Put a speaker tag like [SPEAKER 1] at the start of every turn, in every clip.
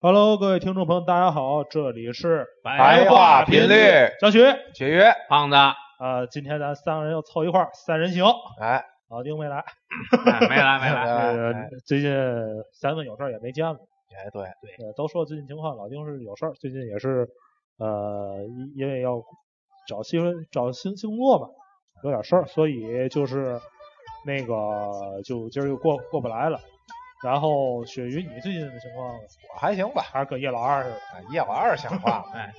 [SPEAKER 1] Hello，各位听众朋友，大家好，这里是
[SPEAKER 2] 白话频率
[SPEAKER 1] 小许，
[SPEAKER 2] 节约，
[SPEAKER 3] 胖子，哎，
[SPEAKER 1] 呃，今天咱三个人又凑一块儿，三人行，
[SPEAKER 2] 哎，
[SPEAKER 1] 老丁没来，
[SPEAKER 3] 没来没来，
[SPEAKER 1] 这
[SPEAKER 2] 哎
[SPEAKER 1] 个最近咱们有事儿也没见过，
[SPEAKER 2] 哎，对，
[SPEAKER 1] 呃，都说最近情况，老丁是有事儿，最近也是，呃，因因为要找新找新新工作嘛，有点事儿，所以就是那个就今儿就过过不来了。然后雪鱼，你最近的情况
[SPEAKER 2] 我还行吧，
[SPEAKER 1] 还是跟叶老二似的，
[SPEAKER 2] 啊，叶老二像话吗？
[SPEAKER 3] 哎，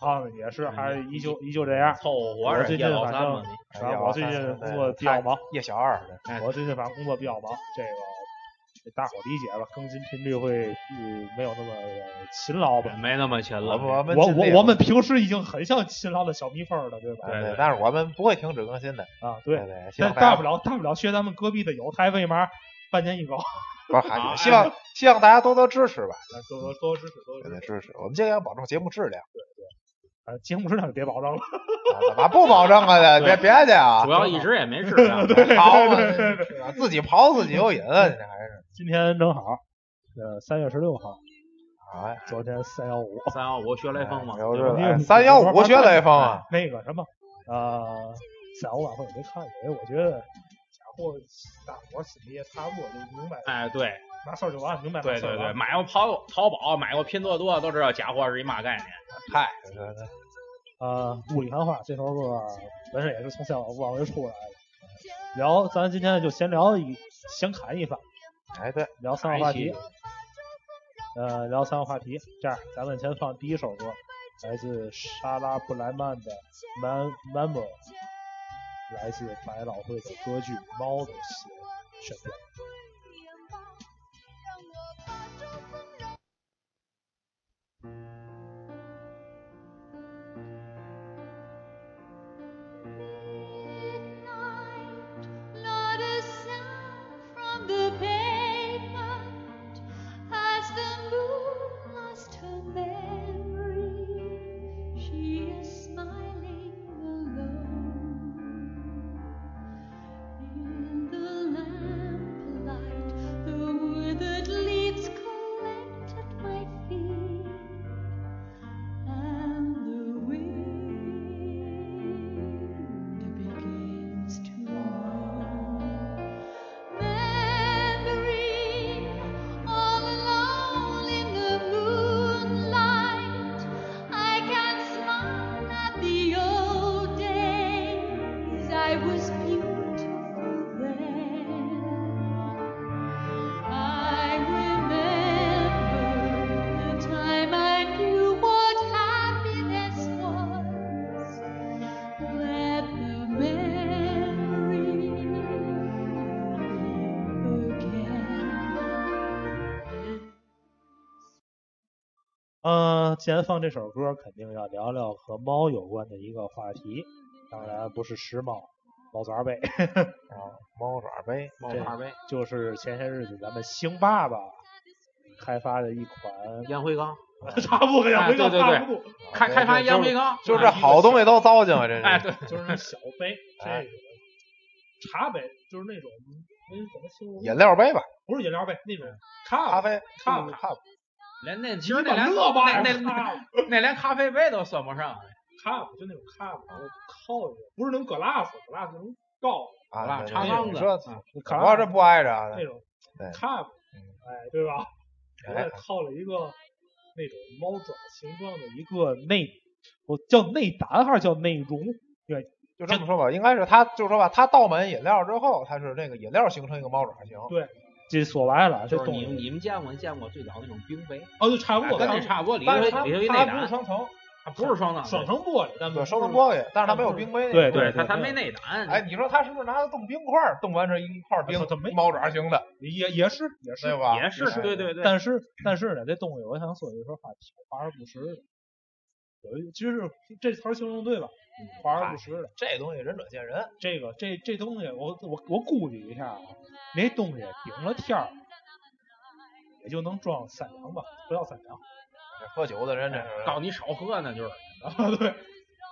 [SPEAKER 1] 胖子也是，还是依旧
[SPEAKER 2] 嗯
[SPEAKER 1] 依旧这样。
[SPEAKER 3] 凑合活
[SPEAKER 1] 我
[SPEAKER 3] 着，
[SPEAKER 1] 最
[SPEAKER 3] 叶
[SPEAKER 1] 近
[SPEAKER 3] 老
[SPEAKER 1] 反
[SPEAKER 3] 三嘛
[SPEAKER 1] 正，
[SPEAKER 3] 你
[SPEAKER 2] 哎
[SPEAKER 1] 然
[SPEAKER 2] 叶
[SPEAKER 1] 后我
[SPEAKER 2] 老二
[SPEAKER 1] 最近
[SPEAKER 2] 对
[SPEAKER 1] 工作比
[SPEAKER 2] 他
[SPEAKER 1] 较忙，
[SPEAKER 2] 叶小二的，
[SPEAKER 3] 哎
[SPEAKER 1] 我最近反正工作比较忙，这个大伙理解吧，更新频率会呃没有那么勤劳吧。
[SPEAKER 3] 没那么勤
[SPEAKER 2] 我
[SPEAKER 3] 了，
[SPEAKER 2] 我们
[SPEAKER 1] 我
[SPEAKER 2] 尽力
[SPEAKER 1] 我我们平时已经很像勤劳的小蜜蜂了，对吧？
[SPEAKER 2] 对
[SPEAKER 3] 对对
[SPEAKER 2] 但是我们不会停止更新的，
[SPEAKER 1] 啊，
[SPEAKER 2] 对
[SPEAKER 1] 对。
[SPEAKER 2] 对，希
[SPEAKER 1] 但
[SPEAKER 2] 望
[SPEAKER 1] 大
[SPEAKER 2] 大
[SPEAKER 1] 不
[SPEAKER 2] 家
[SPEAKER 1] 了大不了学咱们隔壁的有台为嘛，半年一更，
[SPEAKER 2] 不是还
[SPEAKER 3] 啊
[SPEAKER 2] 行，希望希望大家多多支持吧，
[SPEAKER 1] 多多多支持多
[SPEAKER 2] 多
[SPEAKER 1] 支
[SPEAKER 2] 多
[SPEAKER 1] 持。
[SPEAKER 2] 支持，我们尽量保证节目质量，
[SPEAKER 1] 啊，节目质量别保证了，
[SPEAKER 2] 啊怎么不保证啊？别
[SPEAKER 3] 对
[SPEAKER 2] 别去啊
[SPEAKER 3] 主，要一直也没质量，
[SPEAKER 2] 刨嘛是吧，自己刨自己有瘾，你这还是
[SPEAKER 1] 今天正好，呃，三月十六号，
[SPEAKER 2] 啊，
[SPEAKER 1] 昨天三幺五，
[SPEAKER 3] 三幺五学雷锋嘛，
[SPEAKER 2] 哎有
[SPEAKER 1] 吧
[SPEAKER 2] 日子，三幺五学雷锋啊，
[SPEAKER 1] 那个什么，呃，三五晚会我没看，因为我觉得，家伙，大伙儿心里也差不多，就明白
[SPEAKER 3] 哎，对
[SPEAKER 1] 嘛事儿就完，啊明白嘛
[SPEAKER 3] 对
[SPEAKER 1] 事儿
[SPEAKER 3] 对
[SPEAKER 1] 就完
[SPEAKER 3] 对，买过淘淘宝，买过拼多多，都知道假货是一嘛概念。
[SPEAKER 2] 嗨，
[SPEAKER 1] 呃，雾里看花这首歌本身也是从三五晚会出来的，聊，咱今天就闲聊一，闲侃一番，
[SPEAKER 2] 哎对，
[SPEAKER 1] 聊三个话题，呃，聊三个话题，这样，咱们先放第一首歌，来自莎拉布莱曼的《Man Member》，来自百老汇的歌剧《猫的鞋》选择。
[SPEAKER 4] Midnight, not a sound from the pavement as the moon lost her memory. She is smiling alone in the lamplight. The withered leaves collect at my feet. And the wind begins to memory all alone in the moonlight. I can smile at the old days. I was beautiful then. I remember the time I knew what happiness was. Let the memory live again.
[SPEAKER 1] 嗯，既然放这首歌，肯定要聊聊和猫有关的一个话题，当然不是时髦猫爪呗，
[SPEAKER 2] 啊，猫爪杯，
[SPEAKER 3] 冒
[SPEAKER 1] 这
[SPEAKER 3] 牌呗，
[SPEAKER 1] 就是前些日子咱们星爸爸开发的一款，
[SPEAKER 3] 烟灰缸，
[SPEAKER 1] 差不多呀，
[SPEAKER 3] 哎
[SPEAKER 1] 回到
[SPEAKER 3] 对对
[SPEAKER 1] 差不多，
[SPEAKER 3] 开开发烟灰缸，
[SPEAKER 2] 就是这好东西都糟践了，真
[SPEAKER 3] 哎，
[SPEAKER 2] 是。
[SPEAKER 3] 对，
[SPEAKER 1] 就是那小杯，这
[SPEAKER 2] 哎
[SPEAKER 1] 个茶杯，就是那种，哎，怎么形容？
[SPEAKER 2] 饮料杯吧，
[SPEAKER 1] 不是饮料杯，那种
[SPEAKER 2] 咖
[SPEAKER 1] 咖啡，
[SPEAKER 2] 啡，嗯
[SPEAKER 1] 咖啡
[SPEAKER 2] 咖啡，
[SPEAKER 3] 连那其实那连
[SPEAKER 1] 乐吧，咖
[SPEAKER 3] 那
[SPEAKER 1] 啡
[SPEAKER 3] 那那连咖啡杯都算不上，
[SPEAKER 1] 咖啡就那种咖啡，我靠，不是那种 glass glass 那种高
[SPEAKER 2] 啊，
[SPEAKER 3] 吧
[SPEAKER 2] 对
[SPEAKER 3] 茶
[SPEAKER 2] 对
[SPEAKER 3] 缸
[SPEAKER 2] 你
[SPEAKER 3] 子
[SPEAKER 2] 说
[SPEAKER 3] 啊
[SPEAKER 2] 可要这不挨着啊，
[SPEAKER 1] 那种
[SPEAKER 2] 对
[SPEAKER 1] cup，
[SPEAKER 2] 嗯
[SPEAKER 1] 哎，对吧？我
[SPEAKER 2] 哎
[SPEAKER 1] 也套了一个那种猫爪形状的一个内，我叫内胆还是叫内容？
[SPEAKER 2] 就这么说吧，应该是他，就说吧，他倒满饮料之后，他是那个饮料形成一个猫爪形，
[SPEAKER 1] 这说白了，这
[SPEAKER 3] 就是
[SPEAKER 1] 东
[SPEAKER 3] 你
[SPEAKER 1] 西
[SPEAKER 3] 你们见过见过最早那种冰杯，
[SPEAKER 1] 哦，就差不多，
[SPEAKER 3] 跟
[SPEAKER 1] 但
[SPEAKER 3] 这
[SPEAKER 1] 是
[SPEAKER 3] 差不多，里头
[SPEAKER 1] 但是
[SPEAKER 3] 里
[SPEAKER 1] 它
[SPEAKER 3] 头一内
[SPEAKER 1] 它不是
[SPEAKER 3] 胆，
[SPEAKER 1] 双层，
[SPEAKER 3] 它不是双档，
[SPEAKER 1] 双层玻璃，但不
[SPEAKER 2] 对，
[SPEAKER 1] 是
[SPEAKER 2] 双层玻璃，但是他没有冰杯，
[SPEAKER 1] 对
[SPEAKER 3] 对，它
[SPEAKER 1] 对
[SPEAKER 3] 啊它没内胆，
[SPEAKER 2] 哎，你说他是不是拿它冻冰块儿，冻完这一块冰
[SPEAKER 1] 它它没，
[SPEAKER 2] 猫爪形的，
[SPEAKER 1] 也也是也是
[SPEAKER 2] 对。吧？
[SPEAKER 3] 也是，对对对，
[SPEAKER 1] 但是但是呢，这东西我想说一说话挺华而不实的，有一其实是这词儿形容对吧？
[SPEAKER 3] 嗯
[SPEAKER 1] 华而不实的。
[SPEAKER 2] 这东西仁者见仁，
[SPEAKER 1] 这个这这东西我，我我估计一下啊，那东西顶了天儿，也就能装三两吧，不要三两。
[SPEAKER 2] 这喝酒的人这是
[SPEAKER 3] 告诉你少喝呢，就是
[SPEAKER 1] 啊，对，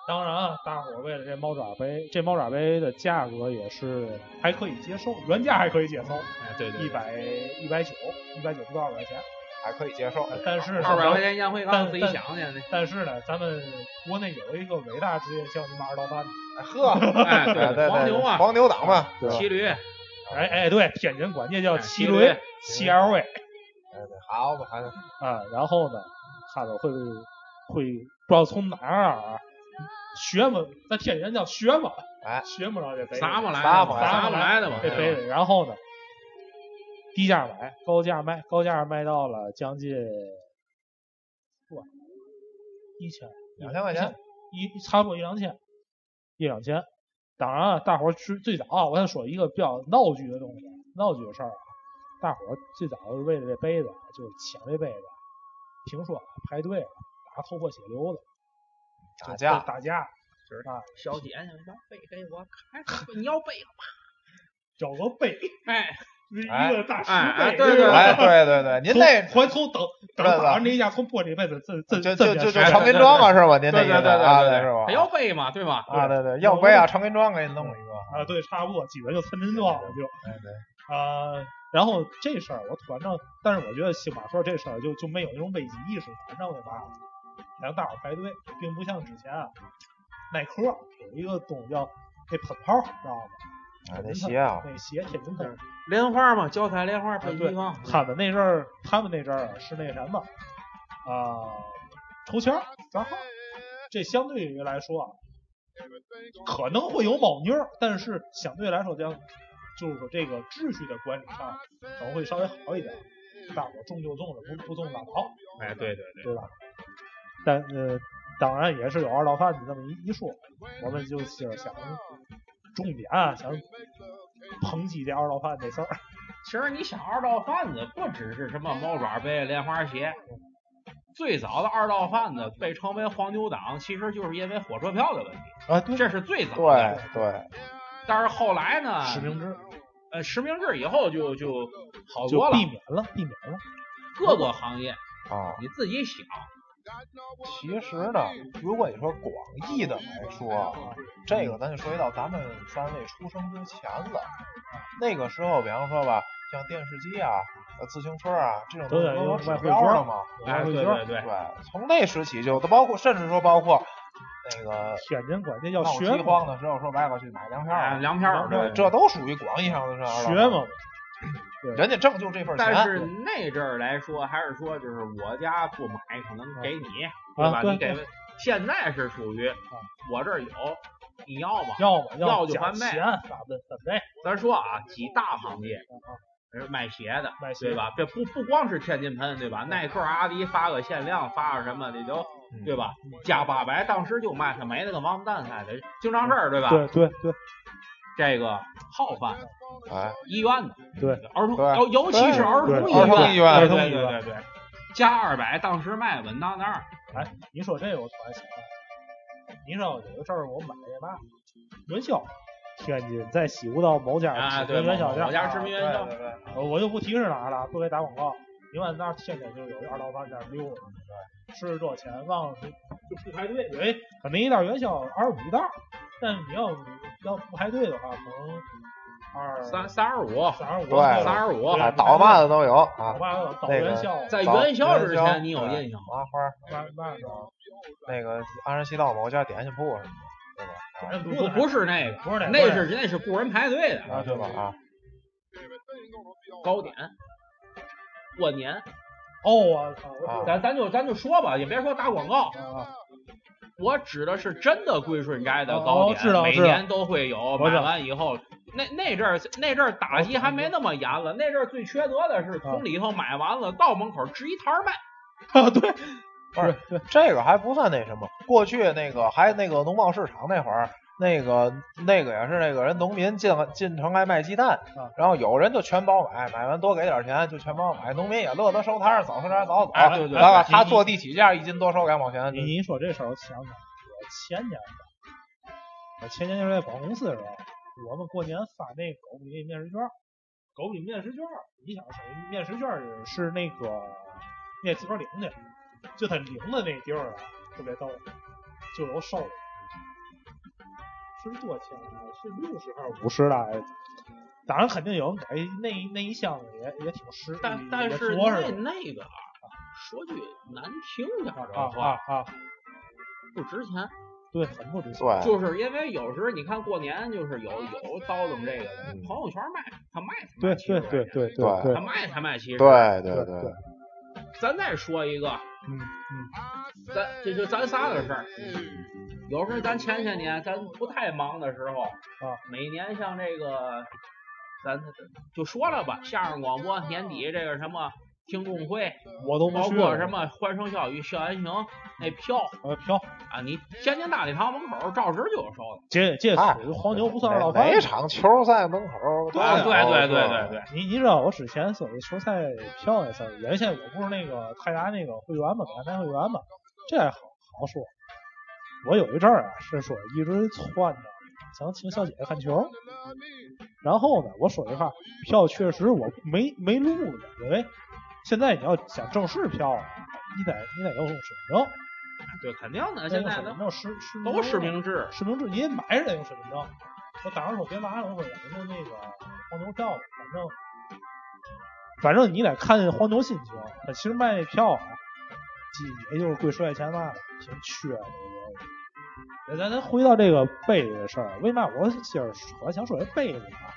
[SPEAKER 1] 当然啊，大伙儿为了这猫爪杯，这猫爪杯的价格也是还可以接受，原价还可以接受，
[SPEAKER 3] 哎，对对，
[SPEAKER 1] 一百一百九，一百九不到二百块钱。
[SPEAKER 2] 还可以接受。
[SPEAKER 1] 但 是
[SPEAKER 3] 二百
[SPEAKER 1] 咱
[SPEAKER 3] 块钱烟灰缸
[SPEAKER 1] 但
[SPEAKER 3] 自己想去，
[SPEAKER 1] 但是呢，咱们国内有一个伟大职业叫你们二道贩子。
[SPEAKER 2] 呵，
[SPEAKER 3] 那哎
[SPEAKER 2] 对对
[SPEAKER 3] 对，
[SPEAKER 2] 对，
[SPEAKER 3] 黄牛啊，
[SPEAKER 2] 黄牛党嘛，对吧
[SPEAKER 3] 骑驴，哎
[SPEAKER 1] 哎哎，对，天津管这叫
[SPEAKER 3] 骑
[SPEAKER 1] 骑驴
[SPEAKER 3] 驴
[SPEAKER 1] 骑 LV
[SPEAKER 2] 对对，好吧，反正
[SPEAKER 1] 啊。然后呢，他们会会不知道从哪儿啊学嘛，在天津叫学嘛，
[SPEAKER 2] 哎
[SPEAKER 1] 学嘛，然后这逮
[SPEAKER 3] 撒么来
[SPEAKER 2] 撒
[SPEAKER 3] 的
[SPEAKER 2] 么
[SPEAKER 3] 嘛，
[SPEAKER 2] 来
[SPEAKER 3] 撒
[SPEAKER 1] 撒
[SPEAKER 3] 么
[SPEAKER 1] 么
[SPEAKER 3] 来的嘛，
[SPEAKER 1] 这
[SPEAKER 3] 对
[SPEAKER 1] 逮
[SPEAKER 3] 吧
[SPEAKER 1] 着。然后呢，低价买，高价卖，高价卖到了将近哇一千
[SPEAKER 2] 两千块钱，
[SPEAKER 1] 一差不多一两千，一两千。当然了，大伙儿是最早啊，我想说一个比较闹剧的东西，闹剧的事儿啊。大伙儿最早是为了这杯子啊，就是抢这杯子，听说啊排队啊，打头破血流的，
[SPEAKER 2] 打
[SPEAKER 1] 就
[SPEAKER 2] 架
[SPEAKER 1] 打架，啊
[SPEAKER 3] 小姐，你要背给我看，你要背，
[SPEAKER 1] 找个杯，
[SPEAKER 3] 哎，
[SPEAKER 2] 哎
[SPEAKER 1] 一个大石
[SPEAKER 3] 哎哎
[SPEAKER 1] 碑，
[SPEAKER 3] 对对
[SPEAKER 1] 是吧
[SPEAKER 2] 哎，对对对，您
[SPEAKER 1] 从
[SPEAKER 2] 那
[SPEAKER 1] 回头等等
[SPEAKER 2] 对吧
[SPEAKER 1] 打完这一架，从玻璃杯子这这
[SPEAKER 2] 就
[SPEAKER 1] 这
[SPEAKER 2] 就
[SPEAKER 1] 边
[SPEAKER 2] 就就
[SPEAKER 1] 摔
[SPEAKER 3] 哎
[SPEAKER 1] 下
[SPEAKER 2] 长
[SPEAKER 1] 来
[SPEAKER 2] 跟
[SPEAKER 3] 对
[SPEAKER 2] 庄啊，是吧？您
[SPEAKER 3] 对
[SPEAKER 2] 那
[SPEAKER 3] 对
[SPEAKER 2] 意思
[SPEAKER 3] 对对
[SPEAKER 2] 啊，对
[SPEAKER 3] 对，
[SPEAKER 2] 是吧
[SPEAKER 3] 还？要背嘛，对吧？
[SPEAKER 2] 啊，对对，要不啊，长跟庄给你弄一个。
[SPEAKER 1] 啊，对，差不多，基本就三斤多了就。
[SPEAKER 2] 对对，
[SPEAKER 1] 啊、然后这事儿我反正，但是我觉得新马说这事儿就就没有那种危机意识，反正的吧，让大伙儿排队，并不像之前啊，耐克有一个东西叫那喷泡，知道吗？
[SPEAKER 2] 啊，那鞋啊，
[SPEAKER 1] 那鞋天津喷，
[SPEAKER 3] 莲花嘛，脚踩莲花，
[SPEAKER 1] 啊
[SPEAKER 3] 配
[SPEAKER 1] 对
[SPEAKER 3] 地方。
[SPEAKER 1] 他们那阵儿，他们那阵儿是那什么啊、抽签儿砸号，这相对于来说啊，可能会有猫腻儿，但是相对来说讲，就是说这个秩序的管理上可能会稍微好一点。大伙中就中了，不不中拉倒，
[SPEAKER 3] 哎，对对对，
[SPEAKER 1] 对吧？但呃，当然也是有二道贩子这么一一说，我们就是想重点啊，想抨击这二道贩这事儿。
[SPEAKER 3] 其实你想二道贩子不只是什么猫爪杯、莲花鞋，最早的二道贩子被称为黄牛党，其实就是因为火车票的问题，
[SPEAKER 2] 啊，对
[SPEAKER 3] 这是最早的。
[SPEAKER 2] 对对，
[SPEAKER 1] 嗯
[SPEAKER 3] 但是后来呢，
[SPEAKER 1] 实名制
[SPEAKER 3] 呃实名制以后就就好
[SPEAKER 1] 就
[SPEAKER 3] 多了
[SPEAKER 1] 避，免了，避免了。
[SPEAKER 3] 各个行业
[SPEAKER 2] 啊，
[SPEAKER 3] 你自己想，
[SPEAKER 2] 其实呢，如果你说广义的来说啊，这个咱就涉及到咱们三位出生之前了。那个时候，比方说吧，像电视机啊、呃自行车啊这种
[SPEAKER 1] 都得
[SPEAKER 2] 东西都有
[SPEAKER 1] 用
[SPEAKER 2] 指
[SPEAKER 1] 外汇
[SPEAKER 2] 标
[SPEAKER 1] 券
[SPEAKER 2] 了嘛。
[SPEAKER 3] 哎，对对对，
[SPEAKER 2] 对，从那时起就，都包括甚至说包括那个
[SPEAKER 1] 天津管这叫
[SPEAKER 2] 闹
[SPEAKER 1] 学嘛，
[SPEAKER 2] 饥荒的时候，说白了去买粮票
[SPEAKER 3] 哎，
[SPEAKER 2] 啊，
[SPEAKER 3] 粮票儿
[SPEAKER 2] 对，这都属于广义上的
[SPEAKER 3] 啊
[SPEAKER 2] 事儿。
[SPEAKER 1] 学嘛，，
[SPEAKER 2] 人家挣就这份钱。
[SPEAKER 3] 但是那阵儿来说，还是说就是我家不买，可能给你，对吧？
[SPEAKER 1] 啊对
[SPEAKER 3] 你给
[SPEAKER 1] 对，
[SPEAKER 3] 现在是属于我这儿有，你要吗？
[SPEAKER 1] 要么
[SPEAKER 3] 要就
[SPEAKER 1] 捡
[SPEAKER 3] 翻倍
[SPEAKER 1] 钱，咋的怎么的，啊
[SPEAKER 3] 咱说啊，几大行业，呃卖鞋的，
[SPEAKER 1] 卖鞋
[SPEAKER 3] 对吧？这不不光是天津喷，对吧？耐克、阿迪发个限量，发个什么的都，
[SPEAKER 2] 嗯
[SPEAKER 3] 对吧？加八百，当时就卖，他没那个王八蛋似的，经常事儿，对吧？
[SPEAKER 1] 对对对，
[SPEAKER 3] 这个号贩
[SPEAKER 2] 哎，
[SPEAKER 3] 医院的，
[SPEAKER 1] 对
[SPEAKER 3] 儿童，
[SPEAKER 2] 对
[SPEAKER 3] 尤尤其是儿童
[SPEAKER 1] 对
[SPEAKER 3] 医
[SPEAKER 1] 儿
[SPEAKER 2] 童医院
[SPEAKER 3] 对
[SPEAKER 1] 儿童
[SPEAKER 3] 对
[SPEAKER 1] 医
[SPEAKER 3] 对
[SPEAKER 1] 院
[SPEAKER 3] 对对，加二百，当时卖稳当当。
[SPEAKER 1] 哎，你说这个我突然想到，你知道有个阵儿我买那嘛元宵，天津在西湖道某家
[SPEAKER 3] 啊，
[SPEAKER 1] 知
[SPEAKER 3] 对，
[SPEAKER 1] 名元宵
[SPEAKER 3] 某
[SPEAKER 1] 店
[SPEAKER 3] 某
[SPEAKER 1] 儿，
[SPEAKER 3] 家知名元宵，
[SPEAKER 1] 我我就不提是哪儿了，不给打广告。你往那儿天天就有二道贩在那儿溜达，吃这钱忘了就就不排队，因为可能一袋元宵二十五一袋儿，但是你要要不排队的话，可能二
[SPEAKER 3] 三三十五，
[SPEAKER 1] 三十五
[SPEAKER 2] 对
[SPEAKER 1] 块
[SPEAKER 3] 三十五
[SPEAKER 1] 对。
[SPEAKER 2] 哎，倒嘛的都有啊
[SPEAKER 1] 我。爸倒
[SPEAKER 2] 那个
[SPEAKER 1] 元宵，
[SPEAKER 3] 在
[SPEAKER 2] 早
[SPEAKER 3] 元宵之
[SPEAKER 2] 元宵
[SPEAKER 3] 前，你有
[SPEAKER 2] 对
[SPEAKER 3] 印象吗？
[SPEAKER 2] 麻花儿，
[SPEAKER 1] 那那个
[SPEAKER 2] 那个安山西道某家点心铺什么的，对吧？啊
[SPEAKER 1] 咱
[SPEAKER 3] 不不是那个，
[SPEAKER 1] 不是
[SPEAKER 3] 那是那是雇人排队的
[SPEAKER 1] 啊
[SPEAKER 2] 对
[SPEAKER 1] 对
[SPEAKER 2] 吧？啊，
[SPEAKER 3] 糕点。过年，
[SPEAKER 1] 哦，我操，我
[SPEAKER 2] 啊
[SPEAKER 3] 咱咱就咱就说吧，也别说打广告。
[SPEAKER 1] 啊
[SPEAKER 3] 我指的是真的归顺斋的
[SPEAKER 1] 哦
[SPEAKER 3] 糕点，
[SPEAKER 1] 知道
[SPEAKER 3] 每
[SPEAKER 1] 知道
[SPEAKER 3] 年都会有。
[SPEAKER 1] 我知
[SPEAKER 3] 买
[SPEAKER 1] 道
[SPEAKER 3] 完以后，那那阵儿那阵儿打击还没那么严了，那阵儿最缺德的是从里头买完了，到门口支一摊儿卖。
[SPEAKER 1] 啊，对，
[SPEAKER 2] 不是这个还不算那什么。过去那个还那个农贸市场那会儿，那个那个也是那个人农民进进城来卖鸡蛋
[SPEAKER 1] 啊，
[SPEAKER 2] 然后有人就全包买，买完多给点钱就全包买，农民也乐得收摊儿，早收摊儿早走。
[SPEAKER 3] 哎对对对
[SPEAKER 2] 然后
[SPEAKER 1] 你
[SPEAKER 2] 他做第几价，一斤多收两毛钱。
[SPEAKER 1] 你你一说这事儿，我想想，我前年吧，我前年就是在广告公司的时候，我们过年发那狗饼面食券儿，狗饼面食券儿，你想谁面食券儿是那个那自个儿领的，就他领的那地儿啊，特别逗，就有瘦的，是多少钱啊？是六十还是五十啊来着？当然肯定有人给那那一箱子也也挺实，
[SPEAKER 3] 但
[SPEAKER 1] 也
[SPEAKER 3] 但
[SPEAKER 1] 嗯也着
[SPEAKER 3] 是那
[SPEAKER 1] 实
[SPEAKER 3] 那个啊说句难听点儿
[SPEAKER 1] 啊
[SPEAKER 3] 的话，
[SPEAKER 1] 啊啊，
[SPEAKER 3] 不值钱。
[SPEAKER 1] 对，很不值钱。
[SPEAKER 2] 对，
[SPEAKER 3] 就是因为有时候你看过年，就是有有叨叨这个的，
[SPEAKER 2] 嗯
[SPEAKER 3] 朋友圈卖他卖才
[SPEAKER 1] 对
[SPEAKER 3] 卖七
[SPEAKER 1] 对对
[SPEAKER 3] 十块钱，
[SPEAKER 1] 对
[SPEAKER 2] 对
[SPEAKER 1] 对
[SPEAKER 3] 他，卖才卖七十。，
[SPEAKER 2] 对对
[SPEAKER 1] 对
[SPEAKER 2] 对，
[SPEAKER 3] 咱再说一个，
[SPEAKER 1] 嗯嗯，
[SPEAKER 3] 咱这就咱仨的事儿。有时候咱前些年咱不太忙的时候，
[SPEAKER 1] 啊，
[SPEAKER 3] 每年像这个，咱就说了吧，相声广播年底这个什么听众会，
[SPEAKER 1] 我都没
[SPEAKER 3] 包
[SPEAKER 1] 去
[SPEAKER 3] 括
[SPEAKER 1] 过
[SPEAKER 3] 什么欢声笑语、笑言行那票
[SPEAKER 1] 呃票，
[SPEAKER 3] 啊，你天津大礼堂门口照直就有收的。
[SPEAKER 1] 这这
[SPEAKER 2] 哎
[SPEAKER 1] 属于黄牛不算二道贩
[SPEAKER 2] 哪哪
[SPEAKER 1] 子。
[SPEAKER 2] 场球赛门口都有？
[SPEAKER 3] 啊，对对
[SPEAKER 2] 哦是
[SPEAKER 3] 对
[SPEAKER 2] 吧
[SPEAKER 3] 对对，
[SPEAKER 1] 你你知道我之前所谓球赛票也算，原先我不是那个泰达那个会员嘛，台南会员嘛，这还好好说。我有一阵儿啊，是说一直窜着想请小姐姐看球，然后呢，我说实话，票确实我没没录呢，因为现在你要想正式票啊，你得你得要用实名证，
[SPEAKER 3] 对，肯定的，
[SPEAKER 1] 那
[SPEAKER 3] 现在
[SPEAKER 1] 实
[SPEAKER 3] 都
[SPEAKER 1] 名证实实
[SPEAKER 3] 都实
[SPEAKER 1] 实
[SPEAKER 3] 名制。
[SPEAKER 1] 实名制，你也买着得用实名证。我当时说别麻烦，我说也不用那个黄牛票，反正反正你得看黄牛心情。他其实卖那票啊，几也就是贵十块钱嘛，挺缺的。我觉得咱咱回到这个杯子的事儿，为嘛我今儿说想说这杯子啊？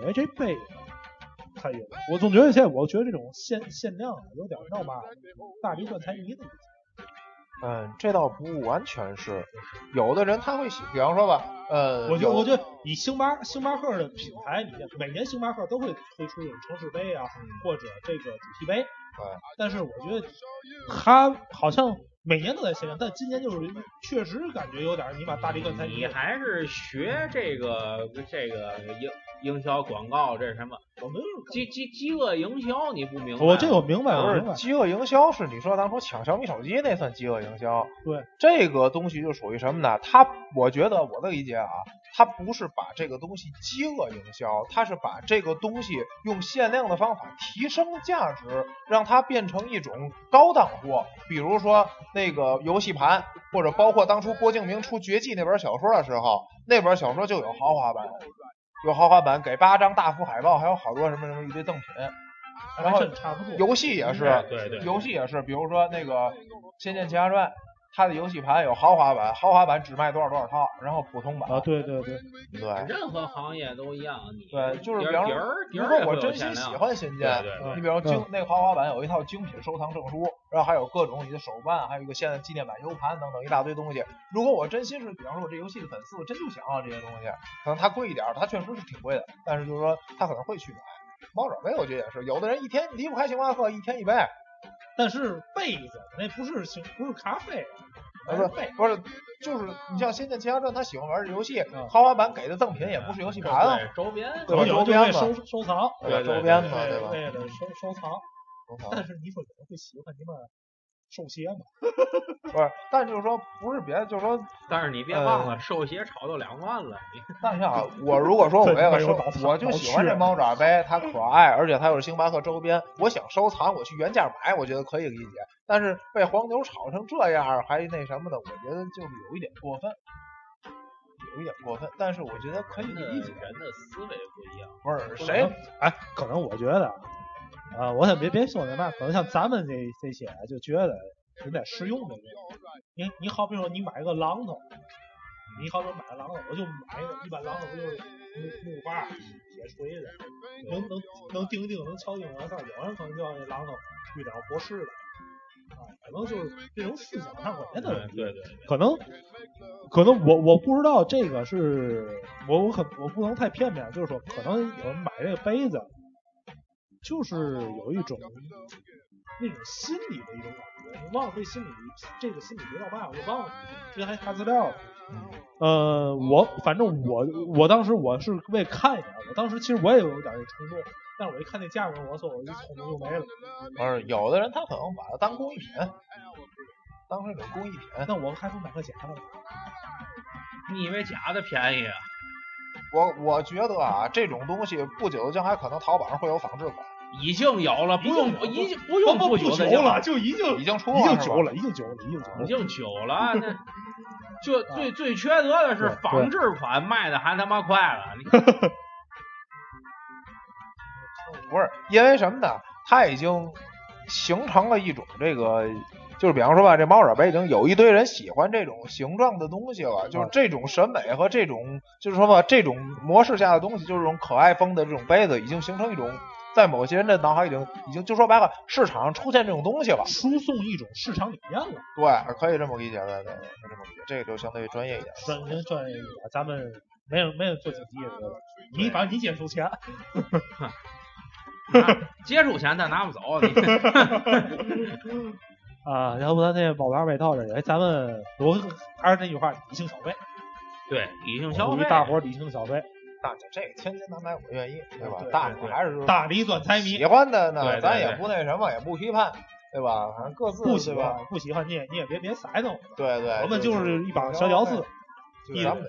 [SPEAKER 1] 因为这杯子，它有，我总觉得现在我觉得这种限限量啊，有点儿闹嘛，大力赚财迷的意思。
[SPEAKER 2] 嗯，这倒不完全是，有的人他会喜，比方说吧，呃，
[SPEAKER 1] 我觉
[SPEAKER 2] 有
[SPEAKER 1] 我觉得以星巴星巴克的品牌，你每年星巴克都会推出这种城市杯啊，
[SPEAKER 2] 嗯
[SPEAKER 1] 或者这个主题杯。啊但是我觉得它好像每年都在限量，但今年就是确实感觉有点儿你把啊大力干才
[SPEAKER 3] 嗯你还是学这个这个营营销广告这是什么
[SPEAKER 1] 我没有，
[SPEAKER 3] 饥饥饥饿营销，你不明白？
[SPEAKER 1] 我这我明白，
[SPEAKER 2] 不
[SPEAKER 1] 我明
[SPEAKER 2] 是
[SPEAKER 1] 白。
[SPEAKER 2] 饥饿营销，是你说当初抢小米手机那算饥饿营销。
[SPEAKER 1] 对，
[SPEAKER 2] 这个东西就属于什么呢？它，我觉得我的理解啊，它不是把这个东西饥饿营销，它是把这个东西用限量的方法提升价值，让它变成一种高档货。比如说那个游戏盘，或者包括当初郭敬明出《绝技》那本小说的时候，那本小说就有豪华版。有豪华版，给八张大幅海报，还有好多什么什么一堆赠品。然后
[SPEAKER 1] 还真差不多。
[SPEAKER 2] 游戏也是，
[SPEAKER 3] 对对对
[SPEAKER 2] 游戏也是，比如说那个《仙剑奇侠传》，它的游戏盘有豪华版，豪华版只卖多少多少套，然后普通版，
[SPEAKER 1] 啊，对对对，
[SPEAKER 2] 对
[SPEAKER 3] 任何行业都一样，你
[SPEAKER 2] 对，就是比
[SPEAKER 3] 底儿
[SPEAKER 2] 方
[SPEAKER 3] 底
[SPEAKER 2] 说，
[SPEAKER 3] 儿
[SPEAKER 2] 比
[SPEAKER 3] 底
[SPEAKER 2] 如
[SPEAKER 3] 儿
[SPEAKER 2] 说
[SPEAKER 3] 也
[SPEAKER 2] 我
[SPEAKER 3] 会有
[SPEAKER 2] 真心
[SPEAKER 3] 限量
[SPEAKER 2] 喜欢仙
[SPEAKER 3] 对
[SPEAKER 2] 剑，
[SPEAKER 3] 对
[SPEAKER 1] 嗯
[SPEAKER 2] 你比如精那个豪华版有一套精品收藏证书，然后还有各种你的手办，还有一个现在纪念版 U 盘等等一大堆东西。如果我真心是，比方说我这游戏的粉丝，我真就想要这些东西，可能它贵一点儿，它确实是挺贵的，但是就是说他可能会去买。猫爪杯我觉得也是，有的人一天离不开星巴克，一天一杯。
[SPEAKER 1] 但是杯子那不是星不是咖啡，
[SPEAKER 2] 啊
[SPEAKER 1] 而
[SPEAKER 2] 不
[SPEAKER 1] 是
[SPEAKER 2] 是
[SPEAKER 1] 杯。
[SPEAKER 2] 不是，就是你像《仙剑奇侠传》，他喜欢玩的游戏，
[SPEAKER 1] 嗯
[SPEAKER 2] 豪华版给的赠品也不是游戏盘啊，
[SPEAKER 3] 对周边
[SPEAKER 2] 对吧
[SPEAKER 1] 有
[SPEAKER 2] 周
[SPEAKER 1] 就
[SPEAKER 2] 边
[SPEAKER 1] 为
[SPEAKER 2] 嘛
[SPEAKER 1] 收收藏，
[SPEAKER 3] 对对对
[SPEAKER 2] 周边嘛，
[SPEAKER 1] 为
[SPEAKER 2] 吧？嗯
[SPEAKER 1] 为了收收藏。
[SPEAKER 2] 收藏
[SPEAKER 1] 但是你说有人会喜欢你们寿鞋吗？
[SPEAKER 2] 不是，但就是说不是别的， 就是说，
[SPEAKER 3] 但是你别忘了，寿鞋炒到两万了，你
[SPEAKER 2] 但是啊，我如果说我
[SPEAKER 1] 这他
[SPEAKER 2] 要
[SPEAKER 1] 妈
[SPEAKER 2] 收
[SPEAKER 1] 有脑残，
[SPEAKER 2] 我就
[SPEAKER 1] 脑
[SPEAKER 2] 喜欢
[SPEAKER 1] 缺
[SPEAKER 2] 这猫爪杯，它可爱，而且它又是星巴克周边，我想收藏，我去原价买，我觉得可以理解。但是被黄牛炒成这样，还那什么的，我觉得就是有一点过分，有一点过分。但是我觉得可以
[SPEAKER 3] 人的
[SPEAKER 2] 理解，
[SPEAKER 3] 人的思维不一样。
[SPEAKER 2] 不是
[SPEAKER 1] 可
[SPEAKER 2] 谁
[SPEAKER 1] 能？
[SPEAKER 3] 嗯
[SPEAKER 1] 哎，可能我觉得啊，啊，我先别别说那嘛，可能像咱们这这些啊就觉得你得实用的那种。你你好比说你买个榔头，你好比说买个榔头，我就买哎一般榔头不就是木木把儿铁锤子，能能能钉钉能敲钉完事儿，有人可能叫那榔头遇点合适的，啊，可能就是这种思想上观念的问题。
[SPEAKER 3] 对对对，
[SPEAKER 1] 可能，可能我我不知道这个是我我可我不能太片面，就是说可能有人买这个杯子，就是有一种那种心理的一种感觉，我忘了这心理这个心理学叫嘛，我忘了，这还查资料了。呃，我反正我我当时我是为看一眼，我当时其实我也有点这冲动，但是我一看那价格，我说我这冲动就没了。
[SPEAKER 2] 不是，有的人他可能把它当工艺品，当成一种工艺品。
[SPEAKER 1] 那我还不如买个假的呢。
[SPEAKER 3] 你以为假的便宜啊？
[SPEAKER 2] 我我觉得啊，这种东西不久的将来可能淘宝上会有仿制款，
[SPEAKER 3] 已经有了，不用
[SPEAKER 1] 已经有了
[SPEAKER 3] 已经不用
[SPEAKER 1] 不
[SPEAKER 3] 久的
[SPEAKER 1] 久了，就已经
[SPEAKER 2] 已经出
[SPEAKER 1] 已
[SPEAKER 2] 了，
[SPEAKER 1] 经
[SPEAKER 2] 是吧
[SPEAKER 1] 久了，已经久了，已经久
[SPEAKER 3] 已
[SPEAKER 1] 了。
[SPEAKER 3] 经久了，那就
[SPEAKER 1] 啊
[SPEAKER 3] 最最缺德的是
[SPEAKER 1] 对
[SPEAKER 3] 仿制款卖的还他妈快了，你看
[SPEAKER 2] 不是因为什么呢？它已经形成了一种这个，就是比方说吧，这猫爪杯已经有一堆人喜欢这种形状的东西了，
[SPEAKER 1] 嗯
[SPEAKER 2] 就是这种审美和这种，就是说吧，这种模式下的东西，就是这种可爱风的这种杯子，已经形成一种在某些人的脑海已经已经就说白了，市场上出现这种东西了。
[SPEAKER 1] 输送一种市场理念了。
[SPEAKER 2] 对，可以这么理解，对对对，可以这么理解，这个就相对专业一点。
[SPEAKER 1] 转型转业一点，咱们没人没人做经济的，对吧你反正你接触钱，
[SPEAKER 3] 接触钱但拿不走，你
[SPEAKER 1] 啊，要不咱这宝玩外套这，哎，咱们我还是那句话，理性消费，
[SPEAKER 3] 对理性消
[SPEAKER 1] 鼓
[SPEAKER 3] 费
[SPEAKER 1] 励，大伙儿理性消费，
[SPEAKER 2] 大姐，这个千金难买我愿意，对吧
[SPEAKER 1] 对？
[SPEAKER 2] 大
[SPEAKER 3] 对
[SPEAKER 2] 伙还是说
[SPEAKER 1] 大理短猜谜
[SPEAKER 2] 喜。欢的
[SPEAKER 3] 对对
[SPEAKER 2] 呢，咱
[SPEAKER 3] 对
[SPEAKER 2] 也不那什么，也不批判，对吧？反正各自
[SPEAKER 1] 不喜
[SPEAKER 2] 对吧？
[SPEAKER 1] 欢，不喜欢，你也你也别别塞弄我们，
[SPEAKER 2] 对对，
[SPEAKER 1] 我们
[SPEAKER 2] 就
[SPEAKER 1] 就是一帮小屌丝，，
[SPEAKER 2] 就是
[SPEAKER 1] 一
[SPEAKER 2] 咱们